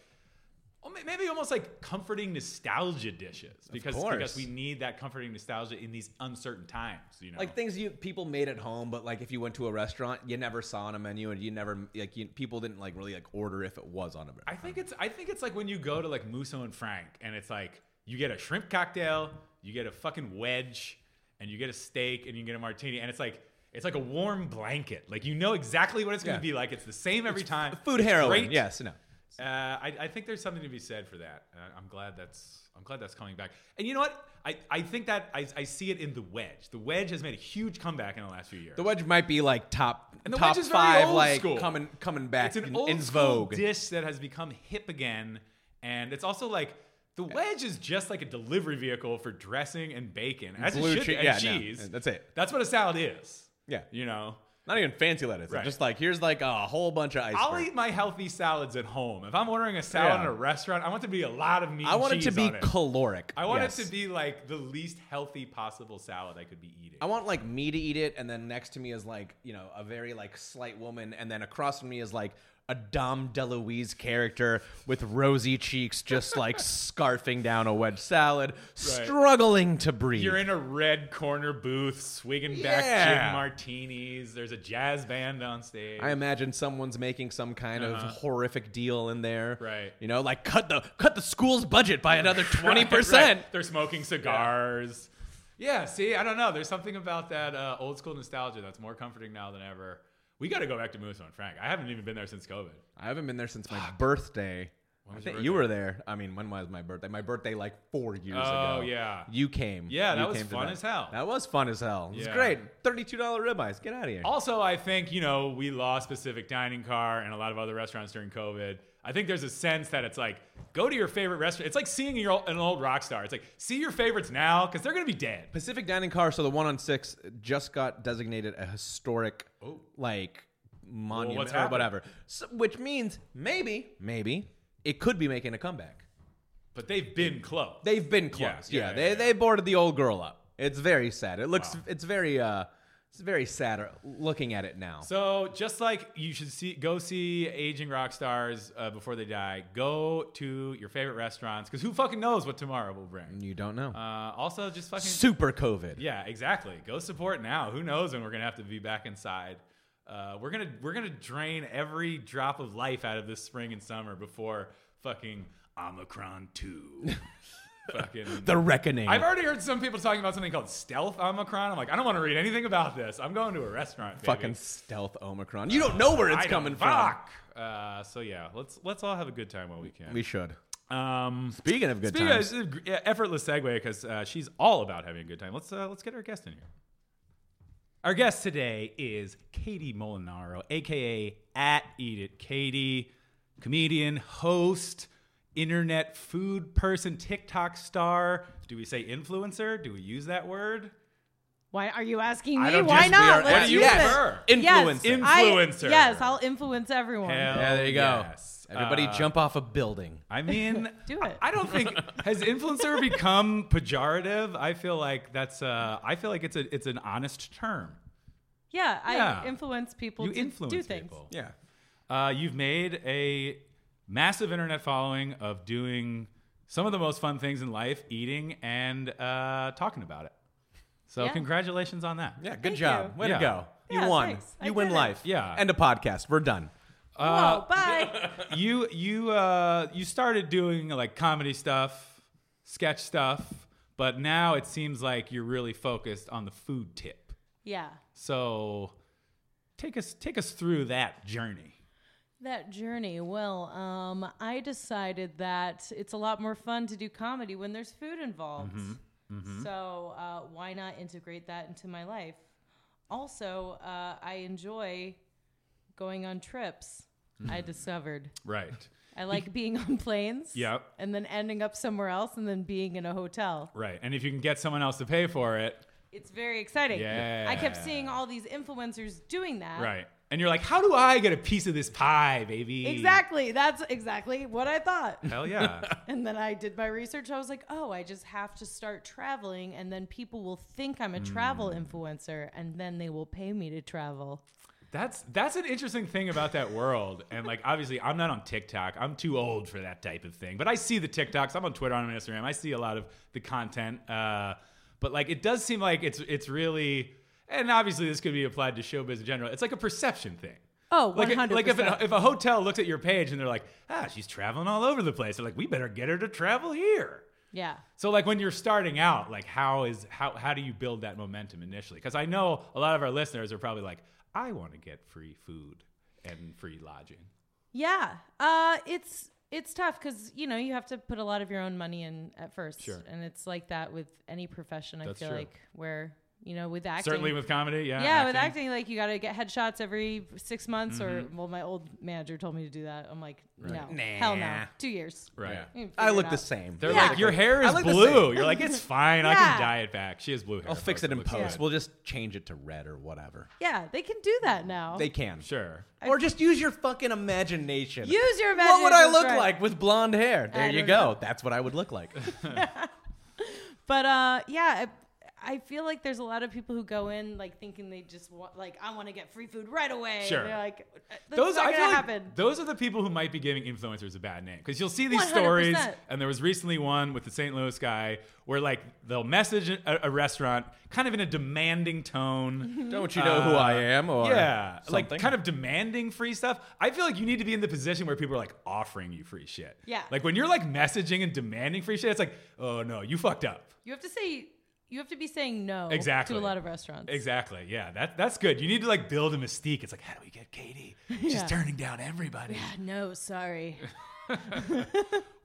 well, may- maybe almost like comforting nostalgia dishes because
course.
because we need that comforting nostalgia in these uncertain times. You know,
like things you people made at home but like if you went to a restaurant you never saw on a menu and you never like you, people didn't like really like order if it was on a menu
I think it's I think it's like when you go to like Musso and Frank and it's like you get a shrimp cocktail, you get a fucking wedge, and you get a steak and you get a martini, and it's like it's like a warm blanket. Like you know exactly what it's going
Yeah.
to be like. It's the same every time.
food
It's
heroin
great.
yes no
Uh, I, I think there's something to be said for that. Uh, I'm glad that's I'm glad that's coming back. And you know what? I, I think that I, I see it in the wedge. The wedge has made a huge comeback in the last few years.
the wedge might be like top
And the
top
wedge is very
five
old
like
school.
coming coming back
it's an
in,
old
in
school
vogue
dish that has become hip again, and it's also like the wedge is just like a delivery vehicle for dressing and bacon, as
Blue
it should
chee-
be, and
yeah, no,
cheese.
that's it.
That's what a salad is.
Yeah.
you know.
not even fancy lettuce It's
Right.
just like here's like a whole bunch of ice
I'll eat my healthy salads at home. If I'm ordering a salad
Yeah.
in a restaurant, I want to be a lot of meat.
i
and
want it to
cheese
be
on
caloric
I want
yes.
it to be like the least healthy possible salad I could be eating.
I want like me to eat it, and then next to me is like you know a very like slight woman, and then across from me is like a Dom DeLuise character with rosy cheeks, just like scarfing down a wedge salad, struggling to breathe.
You're in a red corner booth, swigging back
Yeah.
gin martinis. There's a jazz band on stage.
I imagine someone's making some kind of horrific deal in there,
Right.
You know, like cut the cut the school's budget by another twenty
Right,
percent.
right. They're smoking cigars. Yeah. See, I don't know. There's something about that uh, old school nostalgia that's more comforting now than ever. We got to go back to Moose and Frank. I haven't even been there since COVID.
I haven't been there since my birthday.
When
I
was your
think you
birthday?
were there. I mean, when was my birthday? My birthday like four years ago.
Oh, yeah.
You came.
Yeah, that
You
was
came to
fun as hell.
That was fun as hell. It's
Yeah.
great. Thirty-two dollar ribeyes. Get out of here.
Also, I think, you know, we lost Pacific Dining Car and a lot of other restaurants during COVID. I think there's a sense that it's like, go to your favorite restaurant. It's like seeing your, an old rock star. It's like, see your favorites now because they're going to be dead.
Pacific Dining Car, so the one on six just got designated a historic,
Oh.
like monument
what's
or
happening?
whatever. So, which means maybe, maybe it could be making a comeback.
But they've been close.
They've been closed.
yeah,
Yeah,
yeah,
they
yeah.
they boarded the old girl up. It's very sad. It looks.
Wow.
It's very. uh It's very sad uh, looking at it now.
So just like you should see, go see aging rock stars uh, before they die. Go to your favorite restaurants because who fucking knows what tomorrow will bring.
you don't know.
Uh, also, just fucking
Super COVID.
yeah, exactly. Go support now. Who knows when we're gonna have to be back inside? Uh, we're gonna we're gonna drain every drop of life out of this spring and summer before fucking Omicron two. fucking
The reckoning.
I've already heard some people talking about something called stealth Omicron. I'm like, I don't want to read anything about this. I'm going to a restaurant. baby.
fucking stealth Omicron. You don't know where it's
I don't-
coming from.
fuck. Uh, so yeah, let's let's all have a good time while we can.
We should.
um,
Speaking of good
speaking of-
times,
this is a gr- yeah, effortless segue because uh, she's all about having a good time. Let's uh, let's get our guest in here. Our guest today is Katie Molinaro, aka at Eat It Katie, comedian, host, internet food person, TikTok star. Do we say influencer? Do we use that word?
Why are you asking
I
me?
don't
Why
just- we
not?
are
Let's
asking you.
use
Yes.
it.
Her.
Yes,
Influencer.
I-
Influencer.
yes, I'll influence everyone.
Hell
yeah, there you go.
yes.
Everybody
Uh,
jump off a building.
I mean,
Do
I-
it.
I, don't think has influencer become pejorative. I feel like that's uh, I feel like it's a it's an honest term.
Yeah, I
Yeah.
influence people
You
to
influence
do things.
people.
Yeah.
Uh, you've made a massive internet following of doing some of the most fun things in life, eating and uh, talking about it. So
Yeah.
congratulations on that.
Yeah, good
Thank
job.
you.
Way
Yeah.
to go.
Yeah,
you won.
thanks. I
You win
did it.
life.
Yeah.
End a podcast. We're done.
Uh,
Hello, bye.
you you uh, you started doing like comedy stuff, sketch stuff, but now it seems like you're really focused on the food tip.
yeah,
So take us take us through that journey.
that journey. Well, um, I decided that it's a lot more fun to do comedy when there's food involved.
Mm-hmm.
So uh, why not integrate that into my life? Also, uh, I enjoy going on trips.
Mm-hmm.
I discovered.
Right.
I like being on planes.
Yep.
And then ending up somewhere else and then being in a hotel.
Right. And if you can get someone else to pay for it,
It's very exciting.
Yeah.
I kept seeing all these influencers doing that.
right. And you're like, how do I get a piece of this pie, baby?
Exactly. That's exactly what I thought.
Hell yeah.
and then I did my research. I was like, oh, I just have to start traveling and then people will think I'm a travel
Mm.
influencer and then they will pay me to travel.
that's that's an interesting thing about that world. And like obviously I'm not on TikTok. I'm too old for that type of thing. But I see the TikToks. I'm on Twitter, I'm on Instagram. I see a lot of the content. Uh, but like it does seem like it's it's really and obviously this could be applied to showbiz in general. It's like a perception thing.
Oh,
Like,
100%.
like if, an, if a hotel looks at your page and they're like, ah, she's traveling all over the place. They're like, we better get her to travel here.
yeah.
So like when you're starting out, like how is how how do you build that momentum initially? Because I know a lot of our listeners are probably like, I want to get free food and free lodging.
Yeah, uh, it's it's tough because you know you have to put a lot of your own money in at first,
Sure.
and it's like that with any profession. I
That's
feel
true.
like where you know with acting,
Certainly with comedy, yeah.
yeah, with acting, like you got to get headshots every six months,
Mm-hmm.
or well, my old manager told me to do that. I'm like, no, hell no,
Nah.
two years.
Right.
Yeah.
You can
I
figure
look
it
the
out.
same.
They're
Yeah.
like, your hair
I
is
look the
blue.
same.
You're like, it's fine. I can
Yeah.
dye it back. She has blue hair. of
I'll fix
course,
it in
looks
post.
good.
We'll just change it to red or whatever.
Yeah, they can do
Mm.
that now.
They can.
Sure.
Or just use your fucking imagination.
Use your
What would I
imagination,
look
right.
like with blonde hair? There
I
you
don't
go. That's what I would look like.
But uh, yeah, I, I feel like there's a lot of people who go in like thinking they just want, like, I want to get free food right away.
Sure.
And they're like, that's
those I
not gonna
feel like
happen.
those are the people who might be giving influencers a bad name because you'll see these stories
100%.
and there was recently one with the St. Louis guy where like they'll message a, a restaurant kind of in a demanding tone.
Don't you know who I am? Or
yeah,
something?
like kind of demanding free stuff. I feel like you need to be in the position where people are like offering you free shit.
Yeah.
like when you're like messaging and demanding free shit, it's like, oh no, you fucked up.
You have to say you have to be saying no
Exactly.
to a lot of restaurants.
Exactly. Yeah, that that's good. You need to like build a mystique. It's like, how do we get Katie? She's
Yeah.
turning down everybody.
No, Ah, sorry.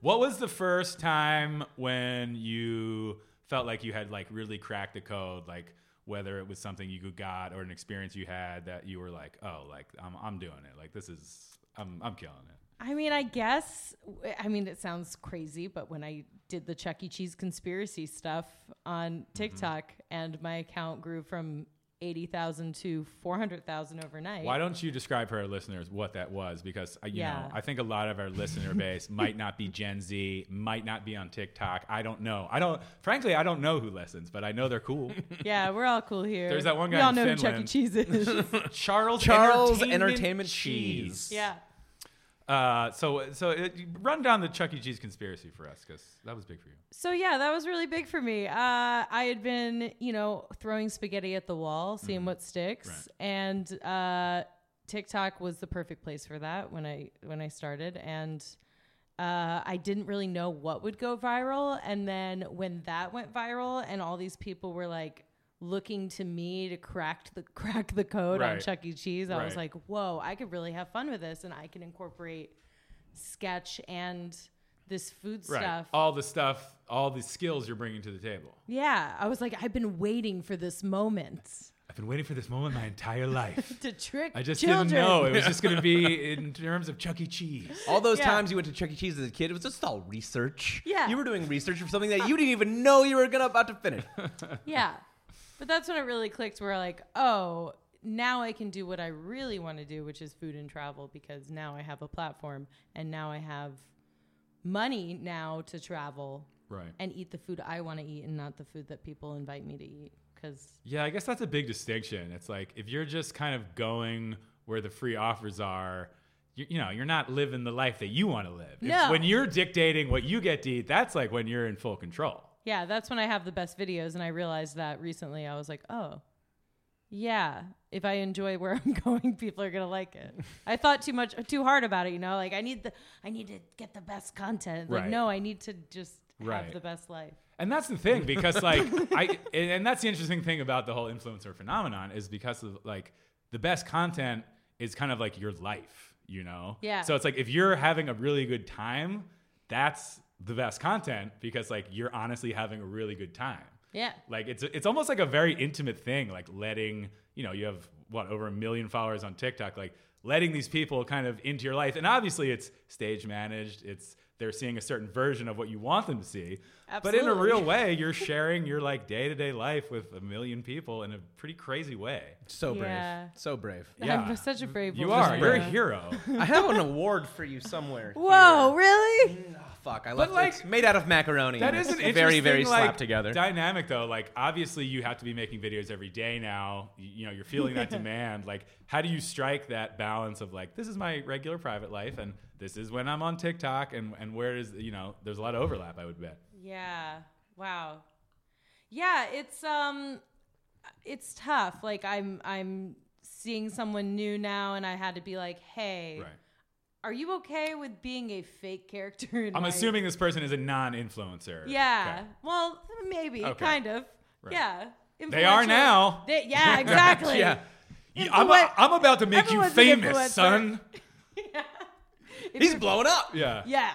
What was the first time when you felt like you had like really cracked the code, like whether it was something you got or an experience you had that you were like, oh, like I'm I'm doing it. Like this is I'm I'm killing it.
I mean, I guess. I mean, it sounds crazy, but when I did the Chuck E. Cheese conspiracy stuff
Mm-hmm.
on TikTok, and my account grew from eighty thousand to four hundred thousand overnight.
Why don't you describe for our listeners what that was? Because uh, you
Yeah.
know, I think a lot of our listener base might not be Gen Z, might not be on TikTok. I don't know. I don't. Frankly, I don't know who listens, but I know they're cool.
yeah, we're all cool here.
There's that one guy
We all
in
know who Chuck E.
Finland.
Cheese is.
Charles
Charles Entertainment Cheese.
yeah.
Uh, so so it, run down the Chuck E. Cheese conspiracy for us because that was big for you.
So yeah, that was really big for me. Uh, I had been, you know, throwing spaghetti at the wall, seeing what sticks,
Mm-hmm. Right.
and uh, TikTok was the perfect place for that when I when I started, and uh, I didn't really know what would go viral. And then when that went viral, and all these people were like looking to me to crack the crack the code on
Right.
Chuck E. Cheese, I was
Right.
like, whoa, I could really have fun with this, and I can incorporate sketch and this food stuff.
All the stuff, all the skills you're bringing to the table.
Yeah, I was like, I've been waiting for this moment
I've been waiting for this moment my entire life.
to trick
I just
children.
didn't know it was just going to be in terms of Chuck E. Cheese.
All those
Yeah.
times you went to Chuck E. Cheese as a kid, it was just all research.
Yeah.
You were doing research for something that you didn't even know you were gonna about to finish.
Yeah, but that's when it really clicked. Where like, oh, now I can do what I really want to do, which is food and travel, because now I have a platform and now I have money now to travel
Right.
and eat the food I want to eat and not the food that people invite me to eat. Because
Yeah, I guess that's a big distinction. It's like if you're just kind of going where the free offers are, you, you know, you're not living the life that you want to live. If-
No.
when you're dictating what you get to eat, that's like when you're in full control.
Yeah, that's when I have the best videos, and I realized that recently. I was like, oh, yeah, if I enjoy where I'm going, people are gonna like it. I thought too much, too hard about it, you know. Like I need the, I need to get the best content. Like
Right.
no, I need to just
Right.
have the best life.
And that's the thing because like I and and that's the interesting thing about the whole influencer phenomenon is because of like the best content is kind of like your life, you know?
Yeah.
So it's like if you're having a really good time, that's the best content because like you're honestly having a really good time.
Yeah,
Like it's it's almost like a very intimate thing, like letting, you know, you have what, over a million followers on TikTok, like letting these people kind of into your life. And obviously it's stage managed, it's they're seeing a certain version of what you want them to see. But in a
Absolutely.
real way, you're sharing your like day to day life with a million people in a pretty crazy way.
So brave.
Yeah.
So brave.
Yeah.
I'm such a brave.
You
woman.
are. You're a
Yeah.
hero.
I have an award for you somewhere.
Whoa, really?
Mm-hmm.
here. Oh, fuck, I
But,
love
like,
like made out of macaroni.
That
and
Mm.
is
it's
an interesting,
very very
like,
slapped together.
dynamic, though. Like, obviously, you have to be making videos every day now. You, you know, you're feeling that demand. Like, how do you strike that balance of like, this is my regular private life, and this is when I'm on TikTok, and and where is you know, there's a lot of overlap. I would bet.
Yeah. Wow. Yeah, it's um it's tough. Like I'm I'm seeing someone new now and I had to be like, "Hey,
Right.
are you okay with being a fake character?" In
I'm
my-"
assuming this person is a non-influencer.
Yeah.
Okay.
Well, maybe
Okay.
kind of.
Right.
Yeah.
They are
Influential.
now.
They, yeah, exactly.
Yeah. Yeah, I'm, a,
Influen-
I'm about to make you
Everyone's an influencer.
famous, son.
If
He's
you're-
blowing up.
Yeah.
Yeah.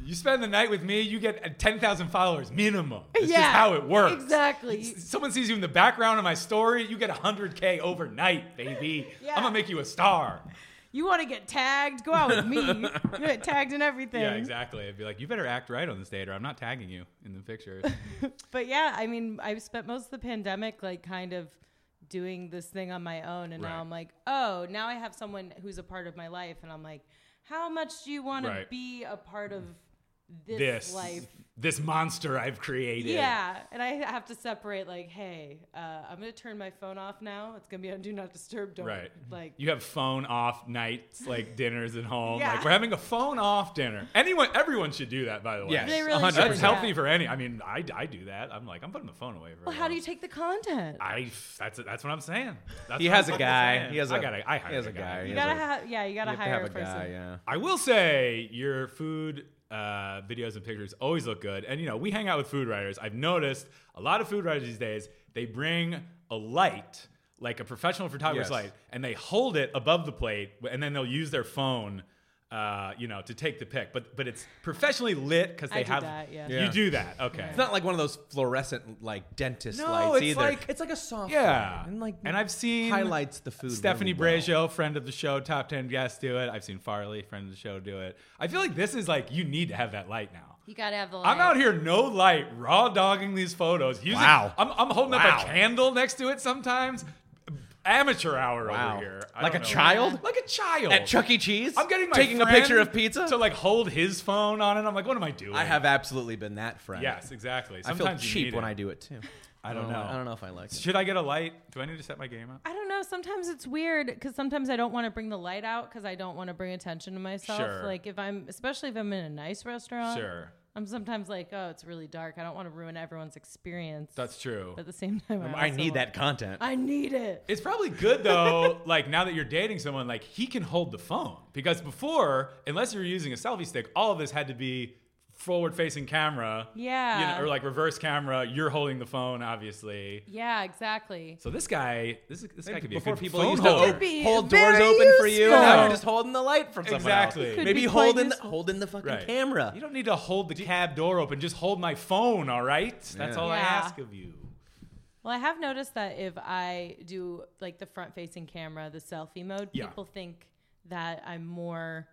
You spend the night with me, you get uh, 10,000 followers minimum. It's
Yeah,
just how it works.
exactly.
S- Someone sees you in the background of my story, you get 100K overnight, baby.
Yeah.
I'm going to make you a star.
You want to get tagged? Go out with me. you get tagged in everything.
Yeah, exactly. I'd be like, you better act right on this date or I'm not tagging you in the picture.
But yeah, I mean, I've spent most of the pandemic like kind of doing this thing on my own, and
Right.
now I'm like, oh, now I have someone who's a part of my life, and I'm like, how much do you want
Right.
to be a part of this,
this,
life?
this monster I've created.
Yeah, and I have to separate. Like, hey, uh, I'm gonna turn my phone off now. It's gonna be on do not disturb. Don't
Right.
like.
You have phone off nights, like dinners at home.
Yeah.
Like we're having a phone off dinner. Anyone, everyone should do that, by the way.
Yes,
They really
100%.
should,
That's
yeah.
healthy for any. I mean, I, I do that. I'm like, I'm putting the phone away. For
well,
a
how do
while.
you take the content?
I that's that's what I'm saying. That's
He
what
has
I'm
a
fucking
guy.
saying.
He has
I
a-
gotta- I
he
hired
has a guy.
you
He has
gotta
a-
have, yeah, you gotta
You have to
hire
have a
a person.
guy, yeah.
I will say your food uh, videos and pictures always look good. And you know, we hang out with food writers. I've noticed a lot of food writers these days, they bring a light, like a professional photographer's
Yes.
light, and they hold it above the plate and then they'll use their phone uh, you know, to take the pick. But but it's professionally lit because
I
they
do
have
that, yeah.
you
Yeah.
do that. Okay.
It's not like one of those fluorescent like dentist
No,
lights
it's
either.
like-
it's like a soft
Yeah.
light and like
And I've seen
highlights the food.
Stephanie
really well.
Brejo, friend of the show, top ten guest, do it. I've seen Farley, friend of the show, do it. I feel like this is like you need to have that light now.
You gotta have the. Light.
I'm out here no light, raw dogging these photos. Using,
Wow.
I'm, I'm holding
Wow.
up a candle next to it sometimes. Amateur hour
Wow.
over here. I
Like
don't
a
know.
child?
Like a child.
at Chuck E. Cheese.
I'm getting my
taking a
friend
picture of pizza.
to like hold his phone on it. I'm like, what am I doing?
I have absolutely been that friend.
Yes, exactly.
I feel
Sometimes you
cheap
need
when
it.
I do it too.
I don't know.
I don't know if I like it.
Should I get a light? Do I need to set my game up?
I don't know. Sometimes it's weird because sometimes I don't want to bring the light out because I don't want to bring attention to myself.
Sure.
Like if I'm, especially if I'm in a nice restaurant,
Sure,
I'm sometimes like, oh, it's really dark. I don't want to ruin everyone's experience.
that's true.
but at the same time, I,
I
also
need
want-
that content.
I need it.
It's probably good though, like now that you're dating someone, like he can hold the phone. Because before, unless you were using a selfie stick, all of this had to be forward facing camera.
Yeah.
You know, or like reverse camera, you're holding the phone, obviously.
Yeah, exactly.
So this guy, this, this guy could be a
Before
good
people
phone
used
holder.
to
Could be
op- hold
very
doors open for you,
useful.
and now you're just holding the light from someone else.
Exactly. Could
Maybe
be quite
holding the,
useful.
holding the fucking
Right.
camera.
You don't need to hold the cab door open. Just hold my phone, all right? That's
Yeah.
all I
Yeah.
ask of you.
Well, I have noticed that if I do like the front facing camera, the selfie mode,
Yeah.
people think that I'm more,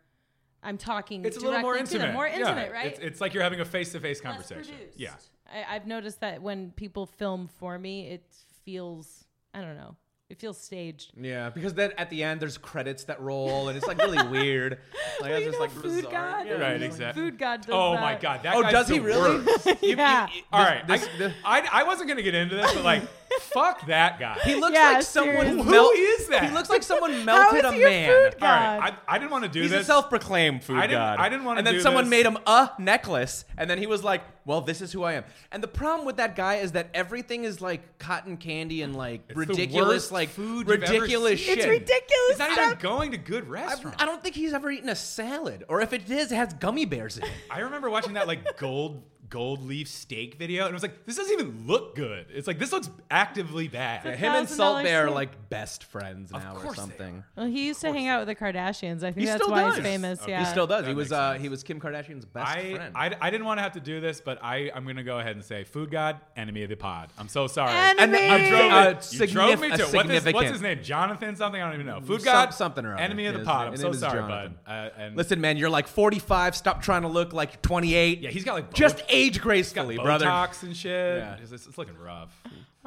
I'm talking
It's a little more
directly to
intimate.
them. More
Yeah.
intimate, right?
It's, it's like you're having a face to face
Less
conversation.
produced.
Yeah.
I, I've noticed that when people film for me, it feels, I don't know, it feels staged.
Yeah, because then at the end there's credits that roll, and it's like really weird. Like that's
You
just
know,
like
food
bizarre.
god.
Yeah.
Right, exactly.
Food god. Does
Oh
that.
my God. That
Oh,
guy's
does he
the
really?
worst.
You-
Yeah.
you-
All right,
this-
I,
this-
I, I wasn't gonna get into this, but like, fuck that guy.
he looks
Yeah,
like someone
seriously.
Who
melt-
is that?
He looks like someone melted
is
a
he a
man.
food
All right,
God.
I, I didn't want to do
He's
this.
a self-proclaimed food
I didn't-
god.
I didn't wanna
And then
do
someone
this.
made him a necklace, and then he was like, "Well, this is who I am." And the problem with that guy is that everything is like cotton candy and like
It's the
ridiculous,
worst
like
food you've ever
ridiculous
seen.
shit.
It's
ridiculous
He's not even going to good
I,
restaurants.
I don't think he's ever eaten a salad, or if it is, it has gummy bears in it.
I remember watching that like gold gold leaf steak video, and I was like, this doesn't even look good. It's like this looks actively bad.
Him and Salt
$1,000
Bay are
sleep.
like best friends now or
course they
something.
Well, he used to hang out with the Kardashians. I think
He
that's
still
why
does.
he's famous.
Okay.
Yeah.
Oh, He still does.
That
He was
makes
uh,
sense.
he was Kim Kardashian's best
I,
friend.
I, I didn't want to have to do this, but I I'm gonna go ahead and say, food god, enemy of the pod. I'm so sorry.
Enemy.
and
mean-
You drove,
uh,
me- you drove me
signif-
to
a
what is, what's
significant-
his name? Jonathan something? I don't even know. Food
Some-
god,
something or other.
enemy of the
His
pod.
name-
I'm
his
so
name is
sorry,
Jonathan.
bud. Uh, and
Listen, man, you're like 45. Stop trying to look like you're 28.
Yeah, he's got, like,
just
bo-
age
got
gracefully, brother.
Botox and shit.
Yeah.
It's, it's- it's looking rough.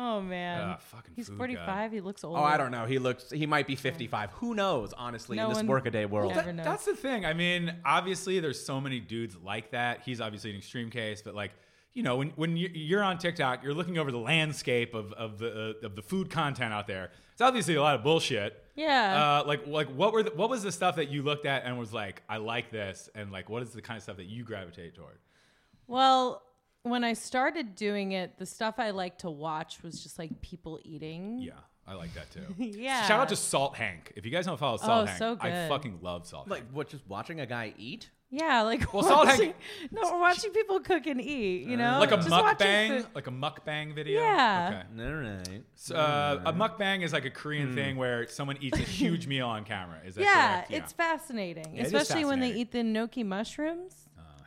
Oh man.
Ah, fucking
he's
food god.
45. He looks old.
Oh, I don't know. He looks. He might be 55. Who knows? Honestly,
No
in this
one-
workaday world.
Never know.
That's the thing. I mean, obviously, there's so many dudes like that. He's obviously an extreme case, but like, you know, when when you- you're on TikTok, you're looking over the landscape of of the uh, of the food content out there. It's obviously a lot of bullshit.
Yeah.
Uh, like like what were the, what was the stuff that you looked at and was like, I like this, and like what is the kind of stuff that you gravitate toward?
Well, when I started doing it, the stuff I like to watch was just like people eating.
Yeah. I like that too.
Yeah.
Shout out to Salt Hank. If you guys don't follow Salt
Oh,
Hank,
so
I
good.
fucking love Salt. Hank.
Like what? Just watching a guy eat?
Yeah, like
Well, Salt
watching,
Hank-
no, we're watching people cook and eat. You know,
like a
oh, Just watching
mukbang,
food.
like a mukbang video.
Yeah.
Okay.
All right.
So, uh,
Mm.
a mukbang is like a Korean thing where someone eats a huge meal on camera. Is that
Yeah,
correct?
it's fascinating,
Yeah, it is
especially when they
fascinating. Oh,
eat the gnocchi mushrooms.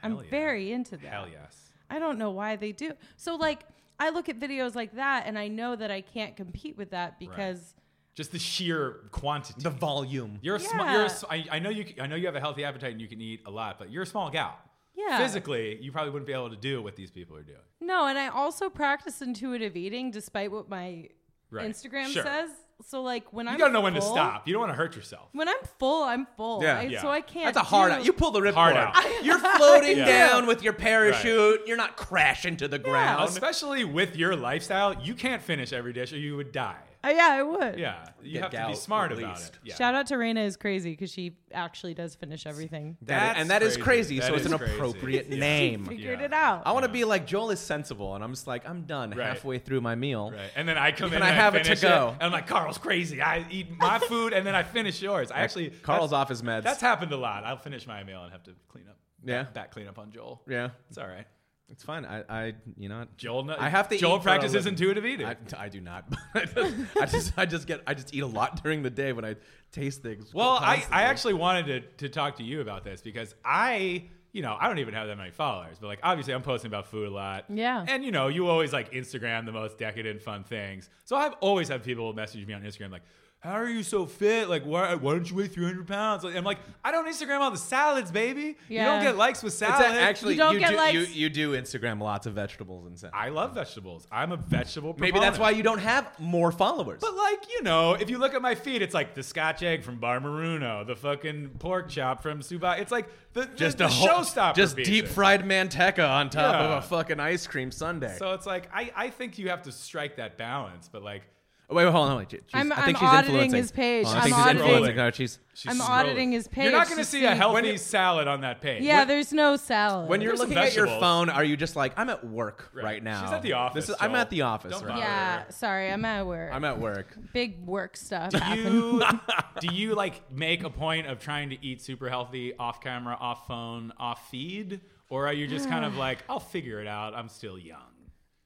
I'm
hell yeah.
very into that.
hell yes.
I don't know why they do. So like, I look at videos like that, and I know that I can't compete with that because.
Just the sheer quantity.
The volume.
you're a small. You're a
Yeah.
s I I know you. c- I know you have a healthy appetite and you can eat a lot, but you're a small gal.
Yeah.
Physically, you probably wouldn't be able to do what these people are doing.
No, and I also practice intuitive eating despite what my
Right.
Instagram
Sure.
says. So like when
You
I'm
gotta know when to
full-
stop. You don't want to hurt yourself.
When I'm full, I'm full.
Yeah.
I-
Yeah.
So I can't.
That's a hard
do-
out. You pull the
Hard
ripcord
out.
You're floating
Yeah.
down with your parachute. You're not crashing to the ground.
Especially with your lifestyle, you can't finish every dish or you would die.
Uh, yeah, I would.
Yeah, you
Get
have to be
gout,
smart
at
about
least.
it. Yeah.
Shout out to Raina is crazy because she actually does finish everything.
That is- and that
That's
is crazy.
That
so it's
is
an
crazy.
appropriate
Yeah.
name.
Figured
Yeah.
it out.
I want to be like Joel is sensible, and I'm just like I'm done
Right.
halfway through my meal.
Right. And then I come
And
in
I
and
have
I
it to
finish it
go.
And I'm like, Carl's crazy. I eat my food and then I finish yours. I actually
Carl's
that's-
off his meds.
That's happened a lot. I'll finish my meal and have to clean up.
Yeah.
Back clean up on Joel.
yeah.
It's all right.
It's fine. I, I you know, what?
Joel, kno-
I have to.
Joel
eat for a
practices
living.
intuitive eating.
I, I do not. I just, I just, I just get, I just eat a lot during the day when I taste things.
Well, I,
constantly.
I actually wanted to, to talk to you about this because I, you know, I don't even have that many followers, but like obviously I'm posting about food a lot.
Yeah.
And you know, you always like Instagram the most decadent fun things. So I've always had people message me on Instagram like, how are you so fit? Like, why, why don't you weigh 300 pounds? Like, I'm like, I don't Instagram all the salads, baby. You don't
Yeah.
get likes with
It's
salads.
a- actually
You don't
you
get
do,
likes.
you, you do Instagram lots of vegetables and stuff.
I love vegetables. I'm a vegetable
Maybe that's
proponent.
why you don't have more followers.
But like you know, if you look at my feed, it's like the Scotch egg from Bar Maruno, the fucking pork chop from Suba. It's like the just the,
whole-
showstopper.
Just
pieces.
deep fried manteca on top
Yeah.
of a fucking ice cream sundae.
So it's like I, I think you have to strike that balance, but like
oh, wait, wait, hold on. Wait. She's,
I'm-
I think
I'm
she's
auditing
influencing.
his page.
Hold on,
I'm
I think she's
auditing.
influencing. No, she's-
she's
I'm
scrolling.
auditing his page
You're not going
to
to see a
see-
healthy
When-
salad on that page.
Yeah, there's no salad.
when you're
There's some
looking at your
vegetables.
phone, are you just like, I'm at work right, now?
She's at the office.
This is, I'm
Joel.
at the office
Don't
right
bother
now.
yeah,
her.
sorry, I'm at work.
I'm at work.
Big work stuff.
Do
happened.
you do you like make a point of trying to eat super healthy off camera, off phone, off feed, or are you just kind of like I'll figure it out? I'm still young.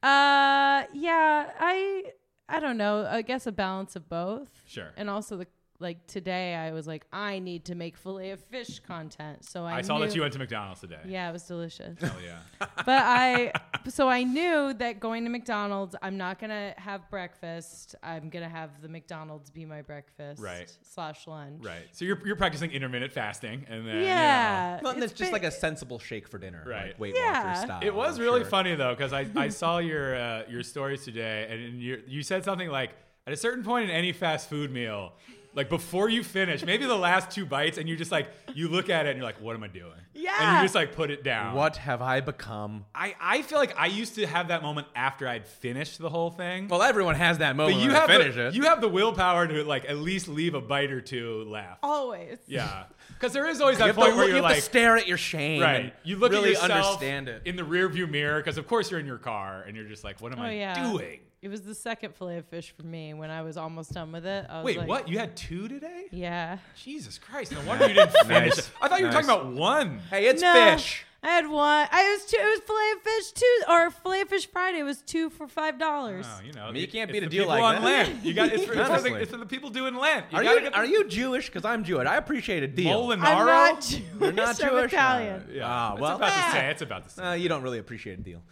Uh, yeah, I I don't know. I guess a balance of both.
Sure.
And also the like today, I was like, I need to make fillet of fish content. So I,
I, saw that
knew-
you went to McDonald's today.
Yeah, it was delicious.
Hell yeah.
but I so I knew that going to McDonald's, I'm not gonna have breakfast. I'm gonna have the McDonald's be my breakfast.
Right.
Slash lunch.
Right. So you're, you're practicing intermittent fasting, and then you know.
Yeah.
Something that's
it's
just
been-
like a sensible shake for dinner,
Right.
Like Weight
Yeah.
Watcher style.
It was
I'm
really
Oh, sure.
funny though because I, I saw your uh, your stories today and, and you you said something like at a certain point in any fast food meal, like before you finish, maybe the last two bites, and you just like you look at it and you're like, what am I doing? and
Yeah.
you just like put it down.
What have I become?
I, I feel like I used to have that moment after I'd finished the whole thing.
Well, everyone has that
but
moment.
you
when
have
they finish
the,
it.
you have the willpower to like at least leave a bite or two left.
Always.
Yeah, because there is always that
You have
point
to,
where
you
you're
have to
like,
stare at your shame. and
Right. You look
really
at yourself
understand it.
in the rearview mirror because, of course, you're in your car and you're just like, "What am I
Oh, yeah.
doing?"
It was the second fillet of fish for me when I was almost done with it. I was
Wait,
like,
what? You had two today?
Yeah.
Jesus Christ! No wonder you didn't finish.
Nice.
it. I thought you were talking
Nice.
about one.
hey, it's
No,
fish.
I had one. I was two. It was fillet of fish two or fillet of fish Friday was two for five dollars.
No, Oh, you know,
mean, you
it-
can't
it's
beat
the
a deal
people
like
on
that.
Lent. You got it's for, it's, for the,
Honestly.
it's for the people doing Lent. You
Are
gotta
you
get the
are you Jewish? Because I'm Jewish. I appreciate a deal.
Molinaro?
I'm not Jewish.
You're not
I'm
Jewish.
Italian.
Yeah,
Ah,
it's
well,
about
ah.
the same. It's about the same.
Uh, you don't really appreciate a deal.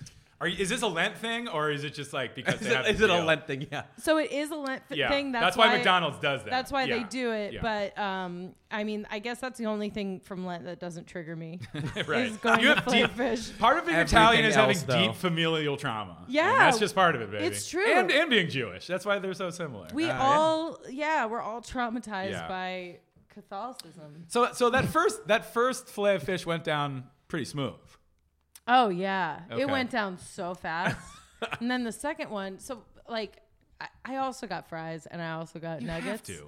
Are you, is this a Lent thing or is it just like because
Is
they
it,
have
is
the
it a
deal?
Lent thing? Yeah.
So it is a Lent f-
Yeah,
thing. That's,
why, McDonald's does that.
That's why they
Yeah.
do it.
Yeah.
But um, I mean, I guess that's the only thing from Lent that doesn't trigger me.
right.
Is going
you
to
have
fillet
deep,
of fish.
Part of being
Everything
Italian is having
else, though.
deep familial trauma. And
Yeah.
that's just part of it, baby.
It's true.
And and being Jewish. That's why they're so similar.
We
yeah.
all, yeah. we're all traumatized
Uh, Yeah.
by Catholicism.
so so that first that first fillet of fish went down pretty smooth.
Oh yeah,
Okay.
it went down so fast. and then the second one, so like, I, I also got fries and I also got
You
nuggets.
have to.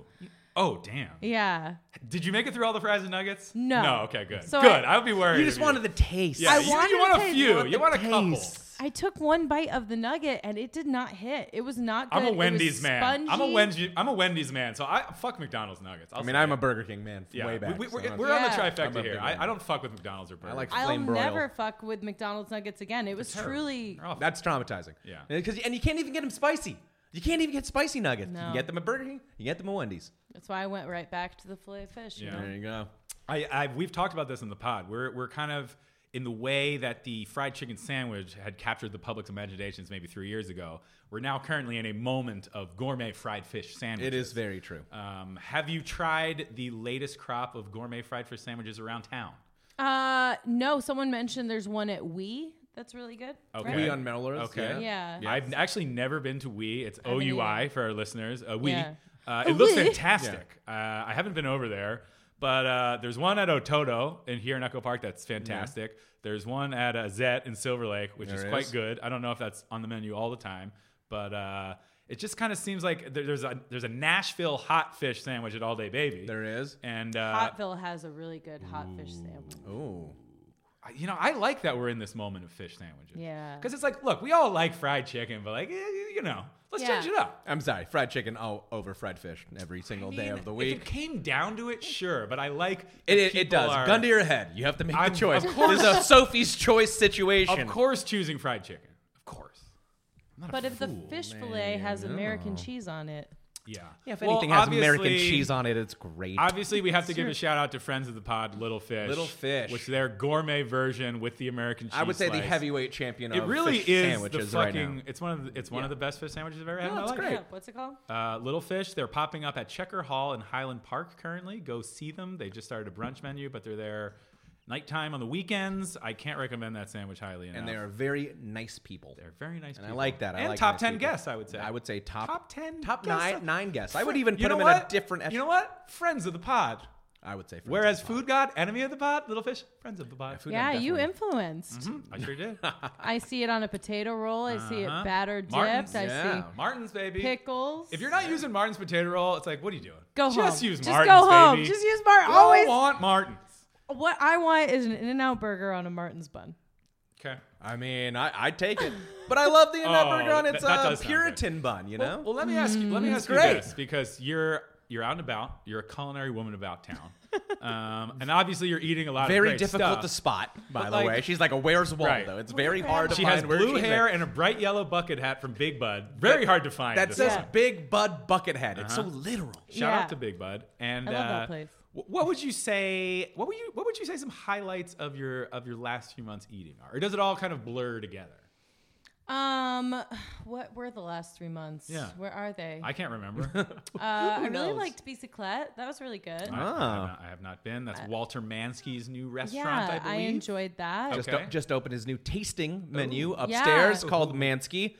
Oh damn!
Yeah.
Did you make it through all the fries and nuggets?
No.
No. Okay. Good.
So
good.
I-
I, would be worried.
You just
if
wanted the taste.
Yeah.
I
you,
wanted
you
to
want a
taste-
few.
want
you want a couple.
Taste.
I took one bite of the nugget and it did not hit. It was not good.
I'm a
It was
Wendy's man. I'm a
spongy.
Wendy's. I'm a Wendy's man. So I fuck McDonald's nuggets. I'll
I mean,
say
I'm
it.
a Burger King man. from
yeah.
Way back.
We,
so
are
I'm-
on the
Yeah.
I'm a
trifecta
big
here. I,
one.
I don't fuck with McDonald's or burgers.
like
I'll
flame broiled.
never fuck with McDonald's nuggets again. It was
Terrible.
truly
They're awful.
That's traumatizing.
Yeah.
Because and you can't even get them spicy. You can't even get spicy nuggets. You
No.
can get them at Burger King. You can get them at Wendy's.
that's why I went right back to the fillet of fish. you
Yeah.
know?
you go.
I, I we've talked about this in the pod. We're we're kind of in the way that the fried chicken sandwich had captured the public's imaginations maybe three years ago. We're now currently in a moment of gourmet fried fish sandwiches.
It is very true.
Um, have you tried the latest crop of gourmet fried fish sandwiches around town?
Uh no, someone mentioned there's one at We that's really good.
Okay.
We on Melrose.
Okay.
Yeah. Yeah.
I've actually never been to Wee. It's O
haven't
U I for our listeners. Uh, Wee.
Yeah.
Uh, it looks
Wee.
fantastic. Uh, I haven't been over there, but uh, there's one at Ototo in here in Echo Park that's fantastic. There's one at uh, Zet in Silver Lake, which is
There
quite
is.
good. I don't know if that's on the menu all the time, but uh, it just kind of seems like there, there's a there's a Nashville hot fish sandwich at All Day Baby.
There is.
and uh,
Hotville has a really good hot fish sandwich.
Oh.
you know, I like that we're in this moment of fish sandwiches.
Yeah.
Because it's like, look, we all like fried chicken, but like, eh, you know, let's
Yeah.
change it up.
I'm sorry, fried chicken all over fried fish every single day
mean,
of the
If it
week.
came down to it, sure, but I like
It,
that
it, it
people
does.
are-
Gun to your head. You have to make
I'm-
the choice.
of course.
This is a Sophie's choice situation.
Of course, choosing fried chicken. Of course. I'm not a
But if the
fool.
fish fillet has American cheese on it,
yeah.
Yeah, if
Well,
anything has American
obviously-
cheese on it, it's great.
Obviously, we have to give a shout out to friends of the pod, Little Fish.
Little Fish.
which their gourmet version with the American. cheese
I would say the
slice.
heavyweight champion of
It really
fish
is the
sandwiches right
fucking.
now.
It's one of the, it's one of the best fish sandwiches I've ever had.
No,
in my
it's
life.
Great.
Yeah, what's it called?
Uh, Little Fish, they're popping up at Checker Hall in Highland Park currently. Go see them. They just started a brunch menu, but they're there nighttime on the weekends. I can't recommend that sandwich highly enough.
And they are very nice people.
they're very nice.
And I
people.
like that. I
and
like
top
nice
ten
people.
guests, I would say.
I would say top
Top 10
top
guests?
nine nine guests. I would even put
you know
them in a
what?
different.
You know what? Friends of the pod.
I would say. friends
Whereas
of the pod.
Food God, enemy of the pod. Little Fish, friends of the pod.
Food
yeah,
I'm
you
definitely-
influenced.
I sure did.
I see it on a potato roll. I see it
Uh-huh.
batter dipped.
Martin's,
I
yeah.
Martin's baby.
see pickles.
If you're not using Martin's potato roll, it's like, what are you doing?
go
Just
home.
use
just
Martin's,
go home.
baby.
Just use Martin.
We all
Always.
want Martin's.
What I want is an In-N-Out burger on a Martin's bun.
Okay.
I mean, I I take it, but I love the in
Oh,
burger on
that-
its
that
uh,
does sound
Puritan bun. You know.
Well, let me ask you. Let me ask you
Mm. great.
this, because you're you're out and about. You're a culinary woman about town, um, and obviously you're eating a lot of
very
great
difficult
stuff.
to spot, by the
like-
way. She's like a where's Waldo.
Right.
It's very hard to
She
find
has
where
blue
she's
hair
at.
and a bright yellow bucket hat from Big Bud. Very hard to find.
That
this Uh-huh.
says
is-
Yeah.
Big Bud Buckethead. It's so literal.
Shout
Yeah.
out to Big Bud. And
I love that
uh,
place.
wh- What would you say? What would you What would you say? Some highlights of your of your last few months eating are, or does it all kind of blur together?
Um, what were the last three months?
Yeah.
Where are they?
I can't remember.
uh, I really
knows?
liked Biciclette. That was really good.
I, I have
Ah.
not, I have not been. That's Walter Mansky's new restaurant.
yeah,
I believe.
enjoyed that.
Okay.
Just, o- just opened his new tasting menu
Yeah.
upstairs called
Ooh.
Mansky.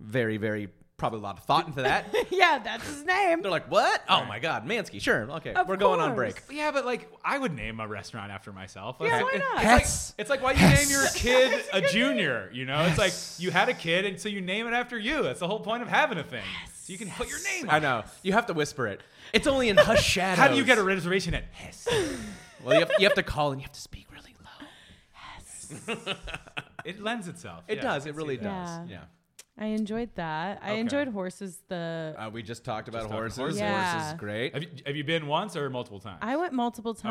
Very, very, probably a lot of thought into that.
yeah, that's his name.
They're like, what? Oh my God, Mansky. Sure. Okay.
Of
We're going on
course.
break.
Yeah, but like I would name a restaurant after myself.
Yeah,
Like,
why not?
It's
Hess.
like, it's like why you name your kid a junior. You know, it's like you had a kid, and so you name it after you. That's the whole point of having a thing. So you can put your name. on
I
it.
know. You have to whisper it. It's only in hush shadows.
How do you get a reservation at Hess?
Well, you have, you have to call and you have to speak really low.
It lends itself.
It
Yeah, I
does.
can
It
see
really
that.
that.
does.
Yeah.
Yeah.
I enjoyed that. I
Okay.
enjoyed horses. The
Uh, we just talked about
Just talked
horses.
about horses.
Yeah.
Horses, is great.
Have you, have you been once or multiple times?
I went multiple
atta-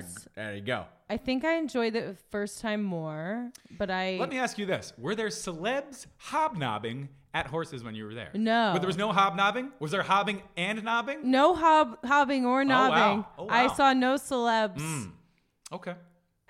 times.
there you go.
I think I enjoyed the first time more, but I
Let me ask you this: Were there celebs hobnobbing at horses when you were there?
No.
But there was no hobnobbing. Was there hobbing and nobbing?
no hob hobbing or nobbing.
Oh,
I
wow. Hmm.
saw no celebs
Okay.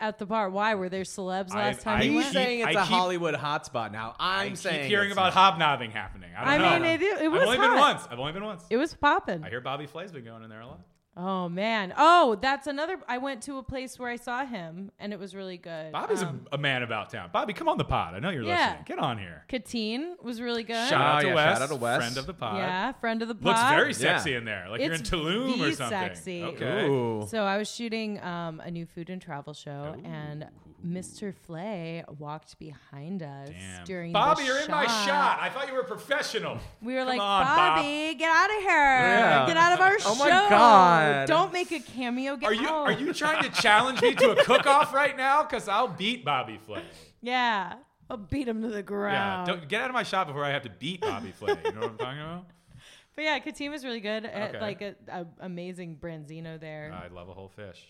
at the bar. Why were there celebs
I-
last
I
time you
He's
keep-
went?
saying it's
I
a
keep-
Hollywood hotspot now.
I
I'm
keep
saying
hearing
it's
about
not.
hobnobbing happening. I don't
I
know.
mean, it- it was
I've only been
hot.
once. I've only been once.
It was popping.
I hear Bobby Flay's been going in there a lot.
Oh man. Oh, that's another. I went to a place where I saw him, and it was really good.
Bobby's
Um,
a, a man about town. Bobby, come on the pod. I know you're
Yeah.
listening. Get on here.
Katine was really good.
Shout out,
Oh,
to
yeah,
Wes,
shout out to Wes.
friend of the pod.
Yeah, friend of the pod.
Looks very
Yeah.
sexy in there. Like you're in
It's
Tulum or
the
something.
sexy.
Okay.
Ooh.
So I was shooting um, a new food and travel show, and Mr. Flay walked behind us
Damn.
during.
Bobby,
the
you're in my shot. I thought you were a professional.
We were
Come
like,
on, Bob.
Bobby, get out of here!
Yeah.
Get out of our
Oh
show!
my God.
Don't make a cameo. Get
Are you
out.
are you trying to challenge me to a cook off right now? Because I'll beat Bobby Flay.
Yeah, I'll beat him to the
Yeah.
ground.
Don't get out of my shot before I have to beat Bobby Flay. You know what I'm talking about?
but yeah, Katine was really good at
Okay.
like a, a amazing branzino there.
I love a whole fish.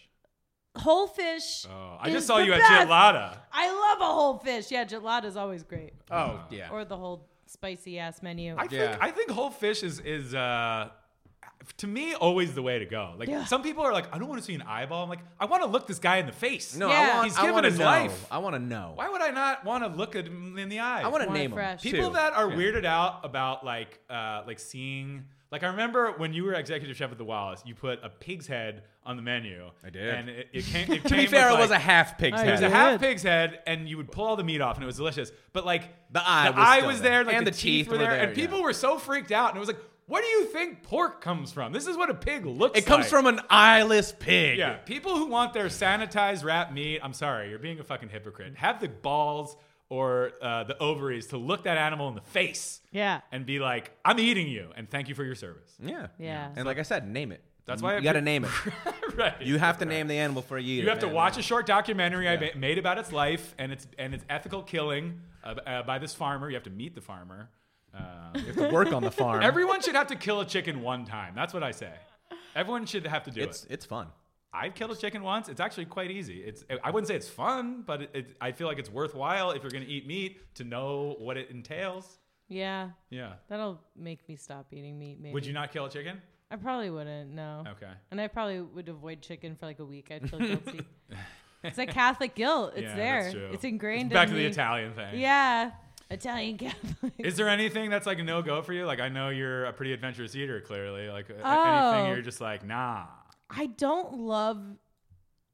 whole fish.
Oh, I
is
just saw
the
you
best.
at Gelada.
I love a whole fish. Yeah, gelata is always great.
Oh yeah.
Or the whole spicy ass menu.
I think
Yeah.
I think whole fish is is uh, to me always the way to go. Like
Yeah.
some people are like, I don't want to see an eyeball. I'm like, I want to look this guy in the face.
no,
Yeah.
I want.
He's
I
given
wanna
his
know.
life.
I want to know.
Why would I not want to look at him in the eye?
I want to
Wanna
name him.
fresh.
people
too.
that are
Yeah.
weirded out about like uh, like seeing. Like I remember when you were executive chef at the Wallace, you put a pig's head on the menu.
I did.
and it, it came. It
To be
came
fair,
with,
it was a
like-
half pig's
I
It was
head.
a
Yeah.
half pig's head, and you would pull all the meat off, and it was delicious. But like
The eye
the
was
eye
still
was
there.
there, like
And
the,
the
teeth,
teeth
were
were
there,
there,
and people
yeah.
were so freaked out. And it was like, "What do you think pork comes from? This is what a pig looks.
It comes
like."
from an eyeless pig.
yeah. People who want their sanitized wrap meat, I'm sorry, you're being a fucking hypocrite. Have the balls or uh, the ovaries to look that animal in the face
yeah.
and be like, "I'm eating you, and thank you for your service."
Yeah.
Yeah.
And like I said, name it.
That's why I
you got to name it.
right.
You have to name the animal for a year.
You have to
man.
watch a short documentary I ma- made about its life and its and its ethical killing uh, uh, by this farmer. You have to meet the farmer. Um,
You have to work on the farm.
everyone should have to kill a chicken one time. That's what I say. Everyone should have to do
it's
it.
it's fun.
I've killed a chicken once. It's actually quite easy. It's I wouldn't say it's fun, but it, it, I feel like it's worthwhile if you're going to eat meat to know what it entails.
Yeah,
Yeah.
that'll make me stop eating meat. Maybe
Would you not kill a chicken?
I probably wouldn't. No.
Okay.
And I probably would avoid chicken for like a week. I'd feel guilty. it's like Catholic guilt. It's
Yeah,
there.
that's true.
It's ingrained.
Back
in
to the
me.
Italian thing.
Yeah, Italian Catholic.
Is there anything that's like a no go for you? Like I know you're a pretty adventurous eater, clearly. Like a-
Oh.
anything you're just like nah.
I don't love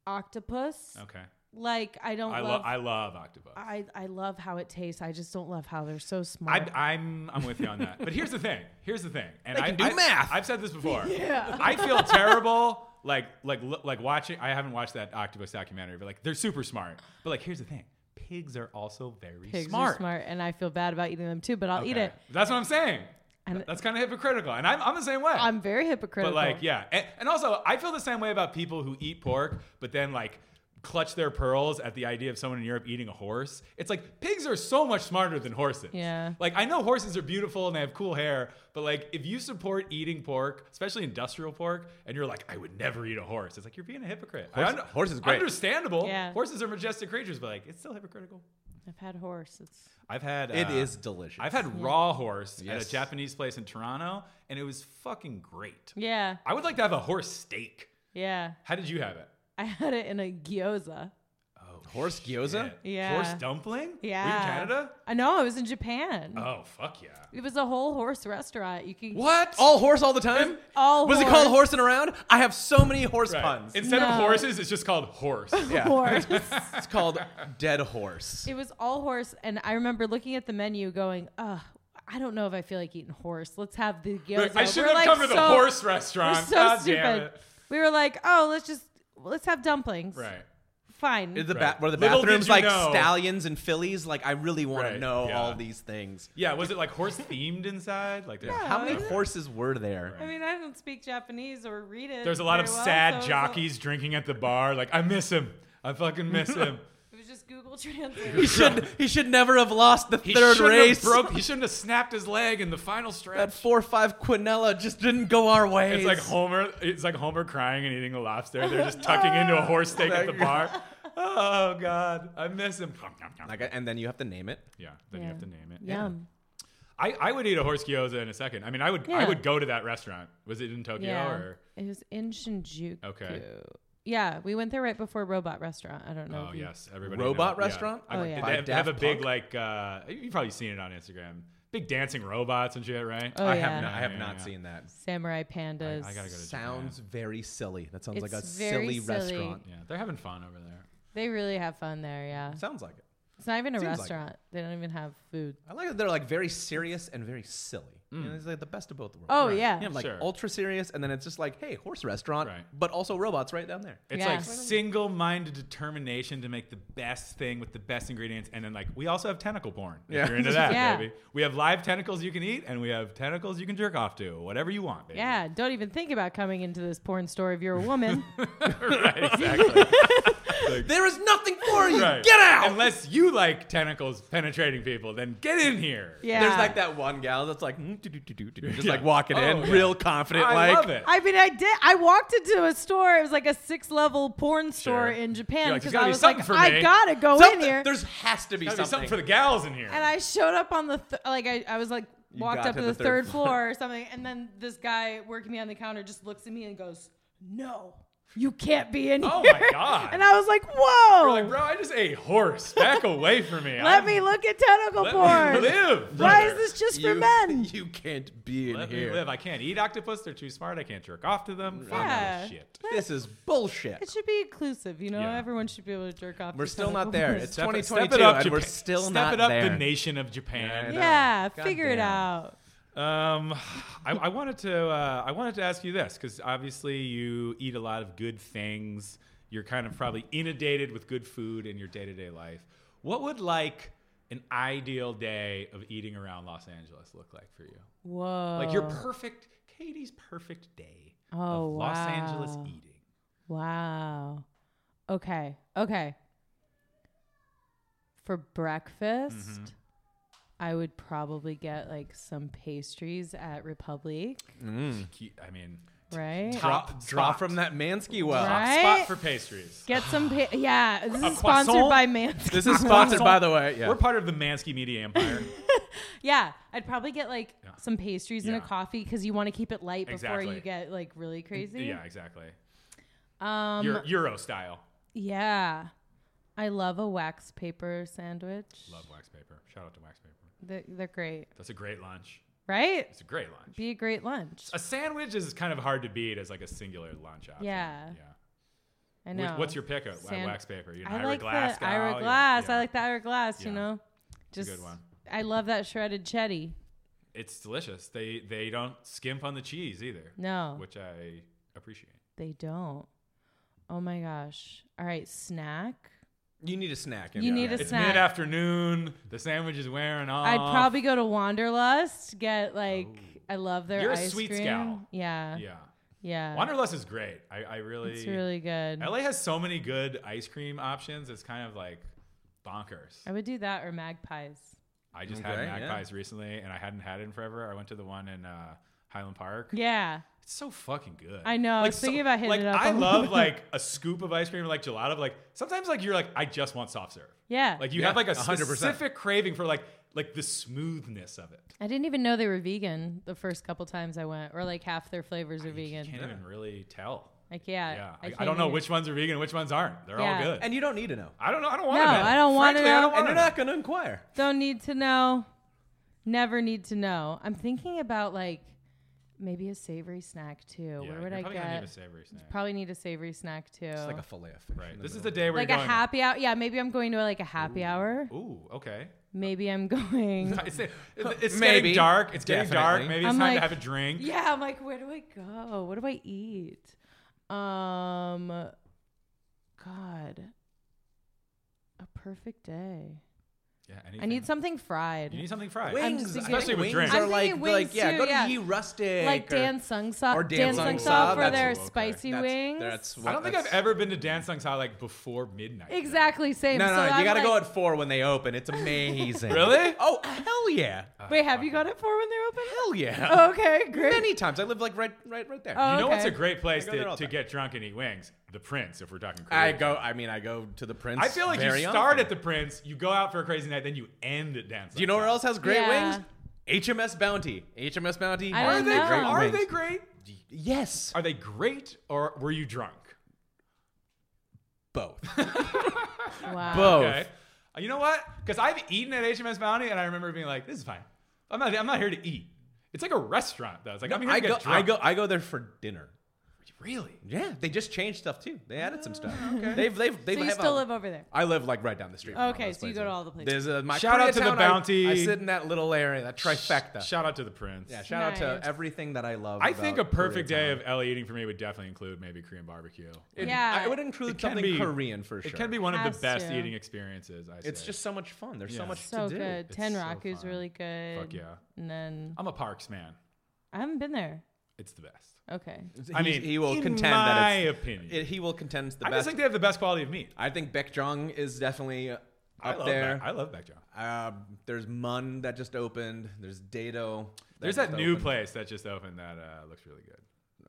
octopus.
Okay.
Like I don't
I love
love.
I love octopus. I,
I, I love how it tastes. I just don't love how they're so smart.
I, am I'm with you on that. But here's the thing. Here's the thing. And
They
I
can do
I-
math.
I've said this before. Yeah. I feel terrible. Like like lo- like watching. I haven't watched that octopus documentary, but like they're super smart. But like here's the thing. Pigs are also very
Pigs
smart.
are smart, and I feel bad about eating them too. But I'll eat
Okay.
it.
That's what I'm saying.
And-
That's kind of hypocritical, and I'm I'm the same way.
I'm very hypocritical.
But like, yeah, and, and also I feel the same way about people who eat pork, but then like clutch their pearls at the idea of someone in Europe eating a horse. It's like pigs are so much smarter than horses.
Yeah.
Like I know horses are beautiful and they have cool hair, but like if you support eating pork, especially industrial pork, and you're like, I would never eat a horse. It's like you're being a hypocrite. I
Horse- horse is great.
Understandable.
Yeah.
Horses are majestic creatures, but like it's still hypocritical.
I've had horse. It's
I've had
It
uh,
is delicious.
I've had raw horse at
Yes.
a Japanese place in Toronto, and it was fucking great.
yeah,
I would like to have a horse steak.
yeah.
How did you have it?
I had it in a gyoza.
horse gyoza.
Yeah.
Horse dumpling?
Yeah.
Were you in Canada?
I know. I was in Japan.
Oh, fuck yeah.
It was a whole horse restaurant. You can
What? All horse all the time?
All
Was it
horse.
called horsing around? I have so many horse
Right.
puns. It's,
Instead of
No.
horses, it's just called horse.
yeah.
horse.
it's called dead horse.
it was all horse, and I remember looking at the menu, going, "Ugh, I don't know if I feel like eating horse. Let's have the gyoza."
I should
We're
have
like
come to the
so-
horse
We're
restaurant.
so
God damn
stupid.
it.
We were like, "Oh, let's just let's have dumplings."
Right.
Fine.
Is the ba-
Right.
were the
Little did
bathrooms
you
like
know.
stallions and fillies? Like I really want
Right,
to know
yeah.
all these things.
Yeah, was it like horse themed inside? Like there's,
How many
yeah.
horses were there?
I mean, I don't speak Japanese or read it.
there's a lot of
very well,
sad
so it was a-
jockeys drinking at the bar. Like, I miss him. I fucking miss him.
It was just Google Translate.
He should he should never have lost the
He
third
shouldn't have
race.
Broke, he shouldn't have snapped his leg in the final
that
stretch.
four five quinella just didn't go our way.
It's like Homer. It's like Homer crying and eating a lobster. They're just tucking into a horse steak at the bar. Oh God, I miss him. Nom, nom, nom.
Like, and then you have to name it.
Yeah, then you have to name it.
Yum.
I, I would eat a horse gyoza in a second. I mean, I would I
Yeah.
would go to that restaurant. Was it in Tokyo
Yeah.
or?
It was in Shinjuku.
Okay.
Yeah, we went there right before Robot Restaurant. I don't know.
Oh
if you-
yes, everybody. knows-
Robot
yeah.
restaurant?
I-
Oh, yeah.
they
By
have- They have, a
Daft
big
Punk?
like uh, you've probably seen it on Instagram. Big dancing robots and shit, right?
Oh,
I
yeah.
have not, I have
Yeah,
not
yeah.
seen that.
Samurai Pandas.
I gotta go to
Sounds very silly. That sounds like a
It's very
silly,
silly.
restaurant.
Yeah, they're having fun over there.
They really have fun there. Yeah.
Sounds like it.
It's not even a
Seems like it.
restaurant. they don't even have food.
I like that they're like very serious and very silly. You know, it's like the best of both worlds.
Oh,
Mm. Right.
yeah.
Yeah, like
Sure.
ultra serious, and then it's just like, hey, horse restaurant,
Right.
but also robots right down there.
It's
Yeah.
like single-minded determination to make the best thing with the best ingredients, and then like we also have tentacle porn. If
Yeah.
you're into that,
Yeah.
baby. We have live tentacles you can eat, and we have tentacles you can jerk off to, whatever you want, baby.
Yeah. Don't even think about coming into this porn store if you're a woman.
right, exactly.
There is nothing for you.
Right.
Get out.
Unless you like tentacles penetrating people, then get in here.
Yeah.
There's like that one gal that's like, mm, do, do, do, do, do, just
Yeah.
like walking in,
Oh, yeah.
real confident.
I
like,
love it.
I mean, I did. I walked into a store. It was like a six level porn store
Sure.
in
You're
Japan
like, "There's
because
gotta
I
be
was
something
like,
for me."
I gotta go
Something,
in here.
there's has to be
Gotta
something.
be something for the gals in here.
And I showed up on the th- like I, I was like
You
walked
got
up to the, third, floor. or something, and then this guy working me on the counter just looks at me and goes, "No, you can't be in
Oh
here."
my God.
And I was like, "Whoa,
You're like, bro, I just ate horse. Back away from me.
Oh. let
I'm-
me look at tentacle
Let
porn.
me live.
Why
brother.
is this just for
You-
men?"
You can't be in
Let me
here.
live. I can't eat octopus. They're too smart. I can't jerk off to them. Fuck
Yeah.
this shit.
This is bullshit.
It should be inclusive, you know.
Yeah.
Everyone should be able to jerk off.
We're
to
still not
tentacle
there.
porn.
It's
Step it-
2022,
step it up,
and we're
Japan.
still
step
not
it up
there.
the nation of Japan.
Yeah, I know.
yeah,
God
figure it
damn.
out.
Um, I, I wanted to uh, I wanted to ask you this because obviously you eat a lot of good things. You're kind of probably inundated with good food in your day to day life. What would like an ideal day of eating around Los Angeles look like for you?
Whoa,
Like your perfect Katie's perfect day.
Oh,
of Los Angeles
wow.
eating.
Wow. Okay. Okay. For breakfast,
Mm-hmm.
I would probably get like some pastries at Republic,
Hmm.
Keep- I mean,
Draw,
right?
Mm-hmm. Top
draw
spot.
from that Mansky well.
Right?
spot for pastries.
Get some, pa- yeah. This
A
is sponsored
croissant?
by Manscaped.
This is sponsored, by the way. Yeah.
We're part of the Mansky Media Empire.
Yeah, I'd probably get like
Yeah.
some pastries and
Yeah.
a coffee because you want to keep it light before
Exactly.
you get like really crazy.
yeah, exactly.
Um.
Euro, Euro style.
Yeah. I love a wax paper sandwich.
Love wax paper. Shout out to wax paper.
They're, they're great,
That's a great lunch.
right?
It's a great lunch.
Be a great lunch.
a sandwich is kind of hard to beat as like a singular lunch option.
Yeah.
Yeah.
I
Which-
know.
What's your pick at
Sand-
wax paper? You know,
I like
Glass
the
guy?
Ira
Yeah,
Glass.
yeah.
I like the Ira Glass.
Yeah.
You know,
a
just
good one.
I love that shredded chetty.
It's delicious. They they don't skimp on the cheese either,
No,
which I appreciate.
they don't. Oh my gosh! All right, snack.
You need a snack.
You need a
It's
snack.
mid afternoon. The sandwich is wearing off.
I'd probably go to Wanderlust. Get like I love their
Oh. You're a
ice
sweets
cream.
gal.
Yeah,
Yeah.
yeah.
Wanderlust is great. I, I really,
it's really good.
LA has so many good ice cream options. It's kind of like bonkers.
I would do that or magpies.
I just
Okay,
had
yeah.
magpies recently, and I hadn't had it in forever. I went to the one in uh, Highland Park.
Yeah,
It's so fucking good.
I know. I was thinking about hitting
like,
it up
I
a little
love
bit.
like a scoop of ice cream, or like gelato. but, Like sometimes, like you're like, I just want soft serve.
yeah.
Like you
Yeah,
have like a
100%.
specific craving for like like the smoothness of it.
I didn't even know they were vegan the first couple times I went, or like half their flavors are
You
vegan.
can't even really tell.
Like yeah,
Yeah, I, I
can't
don't know
even-
which ones are vegan, and which ones aren't. They're
Yeah.
all good.
And you don't need to know.
I don't know. I don't want
No,
to know.
I don't wanna
Frankly, I don't
know.
wanna
And you're not going to inquire.
Don't need to know. Never need to know. I'm thinking about like maybe a savory snack too.
Yeah,
Where
you're
would I
probably gonna need a
get?
savory snack.
Probably need a savory snack too.
It's like a fillet of fish.
Right. This is the day where
Like
you're
a
going,
happy hour. Yeah, maybe I'm going to like a happy hour.
Ooh, okay.
Maybe I'm going.
It's, it's, it's
Maybe.
getting dark. It's getting dark.
Definitely.
Maybe it's
I'm
time to
like-
have a drink.
yeah, I'm like, where do I go? What do I eat? Um, God, a perfect day.
Yeah,
I need something fried.
You need something fried.
Wings,
thinking-
especially with
wings
drinks.
are
I'm
like,
thinking
like
wings
yeah,
too,
go to
yeah.
Ye Rustic
like
or-
Dan Sung Sa
or Dan
Dan
Sung
Sung
Sa,
Sa for
that's-
their
okay.
spicy
That's-
wings.
That's what
I don't think I've
that's-
ever been to dance songs high like before midnight. though.
exactly same.
No,
so
no, you
I'm
got to
like,
go at four when they open. It's amazing.
Really?
Oh, hell yeah,
Wait, have you gone at four when they're open?
hell yeah.
Okay, great.
Many times I live like right, right, right there.
Oh.
You know what's
okay.
a great place
I go there
to,
all
to
the time.
get drunk and eat wings? The Prince, if we're talking. Korea.
I go. I mean, I go to the Prince.
I feel like you
very
start
often.
at the Prince, you go out for a crazy night, then you end at dance.
Do you know
Song
where else
Style.
has great
Yeah.
wings? HMS Bounty. HMS Bounty.
I
has
don't know.
great
Are
wings.
they great?
Yes.
Are they great, or were you drunk?
Both.
Wow.
Both.
Okay. Uh, You know what? Because I've eaten at HMS Bounty, and I remember being like, "This is fine. I'm not. I'm not here to eat." It's like a restaurant, though. It's like I'm here
I
to
go.
get
I
drunk.
go. I go there for dinner.
Really?
Yeah, they just changed stuff too. They added some stuff.
Oh,
They've they've they've.
So you
have
still
a-
live over there.
I live like right down the
Uh,
street. from all
Okay,
those
so you go to all the places.
There's a my
Shout out to the
Koreatown, I-
Bounty.
I, sit in that little area, that trifecta.
Shout out to the Prince.
yeah, shout out to
Nice.
everything that I love.
I think a
about
perfect day
Koreatown.
of LA eating for me would definitely include maybe Korean barbecue. It,
It-
Yeah.
I would include
It can
something
be-
Korean for sure.
can be one of
Has
the best
to.
eating experiences. I say.
It's just so much fun. There's
Yeah.
so much
So
to do.
good.
It's
Ten
so
Rock is
fun.
really good.
fuck yeah.
And then
I'm a Parks man.
I haven't been there.
It's the best.
Okay.
I
He-
mean,
he will
in
contend
my
that it's,
opinion.
it- he will contend the
I just
best.
think they have the best quality of meat.
I think Beck Jong is definitely uh,
I
up
love
there.
Back, I love Backjaw.
Um, there's Mun that just opened. There's Dado.
There's
just
that new
opened.
place that just opened that uh, looks really good.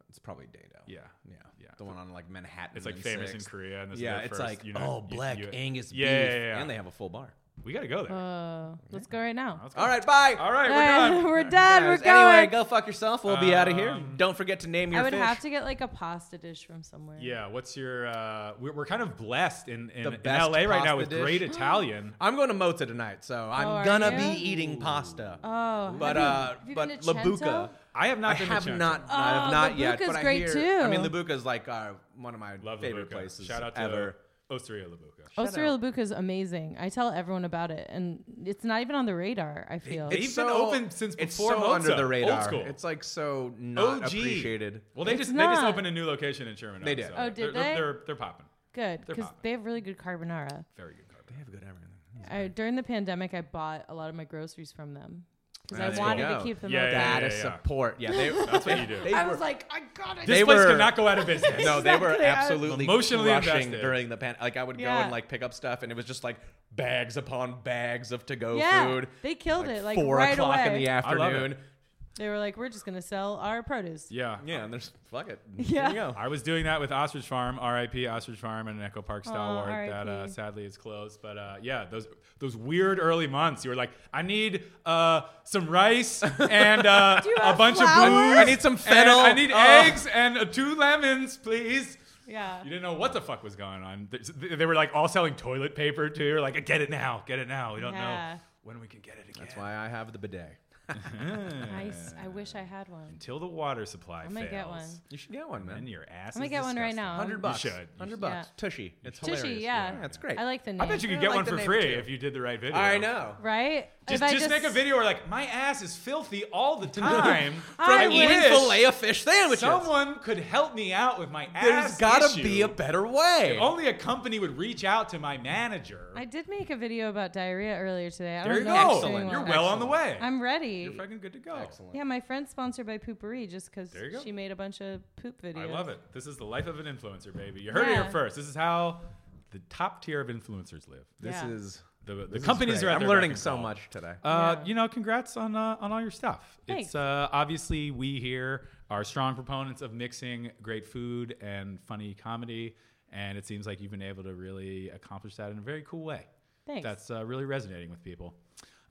It's probably Dado.
Yeah.
Yeah.
Yeah.
The one on like Manhattan.
It's like
and
famous in
Sixth.
Korea. And this
Yeah,
is their
it's
first,
like
you know,
all
you-
black
you-
Angus
yeah,
beef,
yeah, yeah.
and they have a full bar.
We got to go there.
Uh, let's go right now.
Let's go.
All right, bye.
All right, we're
Hey,
done.
uh, we're done. We're
Guys,
going.
Anyway, go fuck yourself. We'll be out of here.
Um,
Don't forget to name your
I would
fish.
have to get like a pasta dish from somewhere.
Yeah, what's your? Uh, we're, we're kind of blessed in in,
The
in
best
LA right
pasta
now with
dish.
great Italian.
I'm going to Mozza tonight, so I'm
Oh, are
gonna
you?
be eating pasta.
Oh.
but uh,
have you- have you
but
been to
Labuca.
Cento?
I have not
I
been
have
to China.
not. I have
Oh,
not yet.
Labuca's
But I
great
hear.
too.
I mean, Labuca is like uh, one of my
Love
favorite
Labuca.
places
Shout out to
ever.
Osteria Labuca.
Osteria Labuca Oh, is amazing. I tell everyone about it, and it's not even on the radar. I feel
They've been open since
it's
before
so
Mozza.
under the
Old
radar.
school.
It's like so not
OG.
appreciated.
Well, they
It's
just they just
not.
opened a new location in Sherman.
They
Oaks,
did.
so
Oh,
did
they're,
they?
They're, they're, they're popping.
good
They're
because
popping.
they have really good carbonara.
Very good carpet.
They have good everything.
I, during the pandemic, I bought a lot of my groceries from them because I
There you
wanted to
go.
keep them
Yeah,
open.
yeah,
Gotta support. Yeah, they,
That's what you do.
they
I
were,
was like, I gotta.
this
They
place
were-
cannot go out of business.
no, they were
Exactly. I-
absolutely
Emotionally
crushing
invested.
during the pan. Like I would go
Yeah.
and like pick up stuff, and it was just like bags upon bags of to-go
yeah,
food.
they killed it like
four
right
o'clock
away.
in the
love it.
afternoon.
They were like, we're just gonna sell our produce.
Yeah.
Yeah, and there's fuck it.
Yeah.
Here you go.
I was doing that with Ostrich Farm, R.I.P. Ostrich Farm, and an Echo Park
Aw,
stalwart that uh,
R.I.P..
sadly is closed. But uh, yeah, those those weird early months, you were like, I need uh, some rice and uh,
you
a
have
bunch of
flowers?
booze.
I need some
and
fennel.
I need
Oh.
eggs and uh, two lemons, please.
Yeah.
You didn't know what the fuck was going on. They, they were like all selling toilet paper too. You're like, get it now, get it now. We don't
Yeah.
know when we can get it again.
That's why I have the bidet.
I, s- I wish I had one.
Until the water supply
I'm gonna
fails.
get one.
You should get one,
Then
man.
your ass.
I'm gonna
is
get one right
disgusting.
now.
Hundred bucks.
You should.
Hundred
Yeah.
bucks. Tushy. It's
Tushy,
hilarious.
yeah.
Yeah, it's great.
I like the name.
I bet you could get
like
one
the
for
name,
free
too.
if you did the right video.
I know.
right?
Just,
If I Ah.
just, make a video where like my ass is filthy all the time.
I
From eating
wish
fillet of fish sandwiches.
Someone could help me out with my ass.
There's gotta
issue.
be a better way.
If only a company would reach out to my manager.
I did make a video about diarrhea earlier today. I
there you
don't know
go.
if I'm
Excellent.
doing
You're
one.
well on the way.
I'm ready.
You're fucking good to go.
Excellent.
yeah, my friend's sponsored by Poopery just because
There you go.
she made a bunch of poop videos.
I love it. This is the life of an influencer, baby. You heard it
Yeah.
here first. This is how the top tier of influencers live.
This
Yeah.
is
The, the
this is
companies
great.
are. At
I'm
their beck
learning
and
so
call.
much today.
Uh,
Yeah.
You know, congrats on uh, on all your stuff. It's
Thanks.
uh, obviously we here are strong proponents of mixing great food and funny comedy, and it seems like you've been able to really accomplish that in a very cool way.
Thanks.
That's uh, really resonating with people.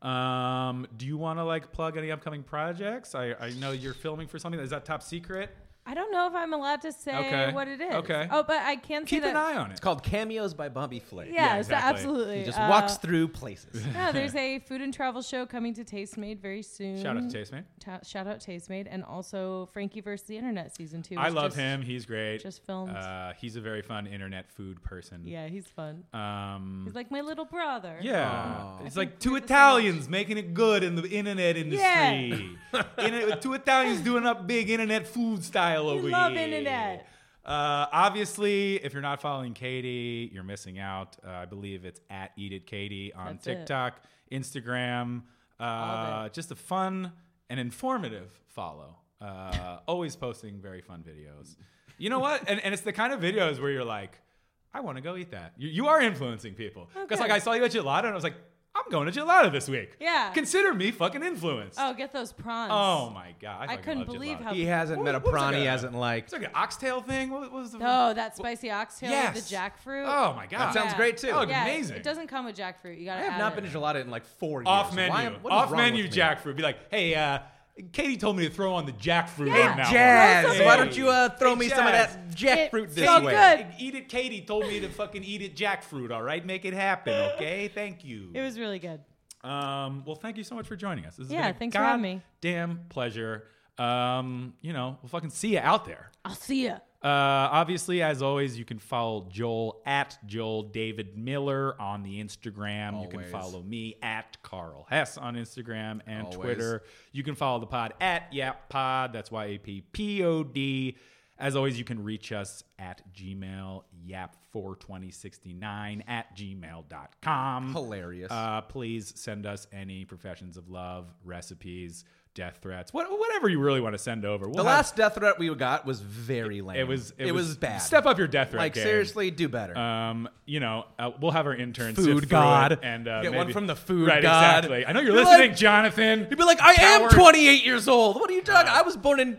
Um, do you want to like plug any upcoming projects? I, I know you're filming for something. Is that top secret?
I don't know if I'm allowed to say
Okay.
what it is.
Okay.
Oh, but I can
Keep
say
an
that.
eye on it.
it's called Cameos by Bobby Flay.
Yeah,
Yeah,
so
exactly.
absolutely.
He just
Uh,
walks through places.
Yeah, there's a food and travel show coming to Taste Made very soon.
Shout out to Taste Man.
Ta- shout out Taste Made and also Frankie versus the Internet season two.
I
which
love
just-
him. He's great.
just filmed.
Uh, he's a very fun internet food person.
Yeah, he's fun.
Um,
He's like my little brother.
Yeah.
Aw.
It's like two
we're the same
Italians making it good in the internet industry. Internet- two Italians doing up big internet food style over
love
here.
internet.
Uh, obviously, if you're not following Katie, you're missing out. Uh, I believe it's at Eat It Katie on
That's it.
TikTok, Instagram.
All of
Uh, just a fun and informative follow. Uh, always posting very fun videos. You know what? And, and it's the kind of videos where you're like, I want to go eat that. You, you are influencing people. Because,
Okay.
like, I saw you at Gelato and I was like, I'm going to Gelato this week.
Yeah.
Consider me fucking influenced.
Oh, get those prawns.
Oh my God. I, fucking
couldn't
love
believe
gelato.
how-
he hasn't
What-
met a
what's
prawn he
that?
hasn't liked.
It's like an oxtail thing. What, what was the.
No, that spicy oxtail with
Yes.
the jackfruit.
Oh my God.
That sounds
Yeah.
great too.
Oh,
yeah,
amazing.
It doesn't come with jackfruit. You
I
gotta
have
add
not
it.
been to gelato in like four years.
off
Why
menu.
am- what is
off
wrong with
menu
me?
jackfruit. Be like, hey, uh, Katie told me to throw on the jackfruit.
Hey,
on that
Jazz,
one."
why don't you uh, throw
Hey,
me some of
Jazz.
that jackfruit
It's
this
so
way?
good.
Eat it, Katie told me to fucking eat it jackfruit, all right? Make it happen, okay? Thank you.
It was really good.
um, well, thank you so much for joining us. This has
Yeah,
been a
thanks for having me.
Damn pleasure. Um, you know, we'll fucking see you out there.
I'll see ya.
Uh, obviously, as always, you can follow Joel at Joel David Miller on the Instagram. You can
Always.
follow me at Carl Hess on Instagram and
Always.
Twitter. You can follow the pod at Yap Pod. That's Y A P P O D. As always, you can reach us at Gmail, yap42069 at gmail.com.
Hilarious.
Uh, please send us any professions of love, recipes, death threats, what, whatever you really want to send over. We'll
the
have-
last death threat we got was very lame.
it was
it, was, bad.
Step up your death threat.
Like
game.
seriously, do better.
Um, you know, uh, we'll have our interns
Food
sift through it
god.
and uh,
Get one
maybe-
from the food
right,
god.
Exactly. I know you're
You're
listening,
like-
Jonathan.
You'd be like, I am
Coward.
28 years old. What are you
Uh,
talking? I was born in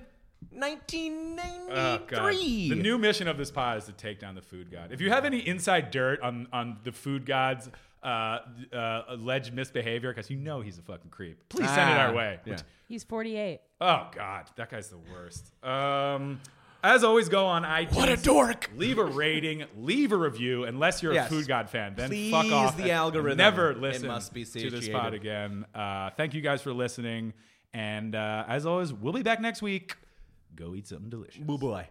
Oh, God.
1993.
The new mission of this pod is to take down the food god. If you have any inside dirt on on the food god's uh, uh, alleged misbehavior, because you know he's a fucking creep, please send it
Ah,
our way.
yeah.
He's 48.
Oh God, that guy's the worst. Um, as always, go on iTunes.
What a dork.
Leave a rating, leave a review. Unless you're
Yes.
a food god fan, then
Please,
fuck off.
the
and
algorithm.
Never
It
listen
must be
to this
satiated.
pod again. Uh, thank you guys for listening, and uh, as always, we'll be back next week. Go eat something delicious.
Boo boy.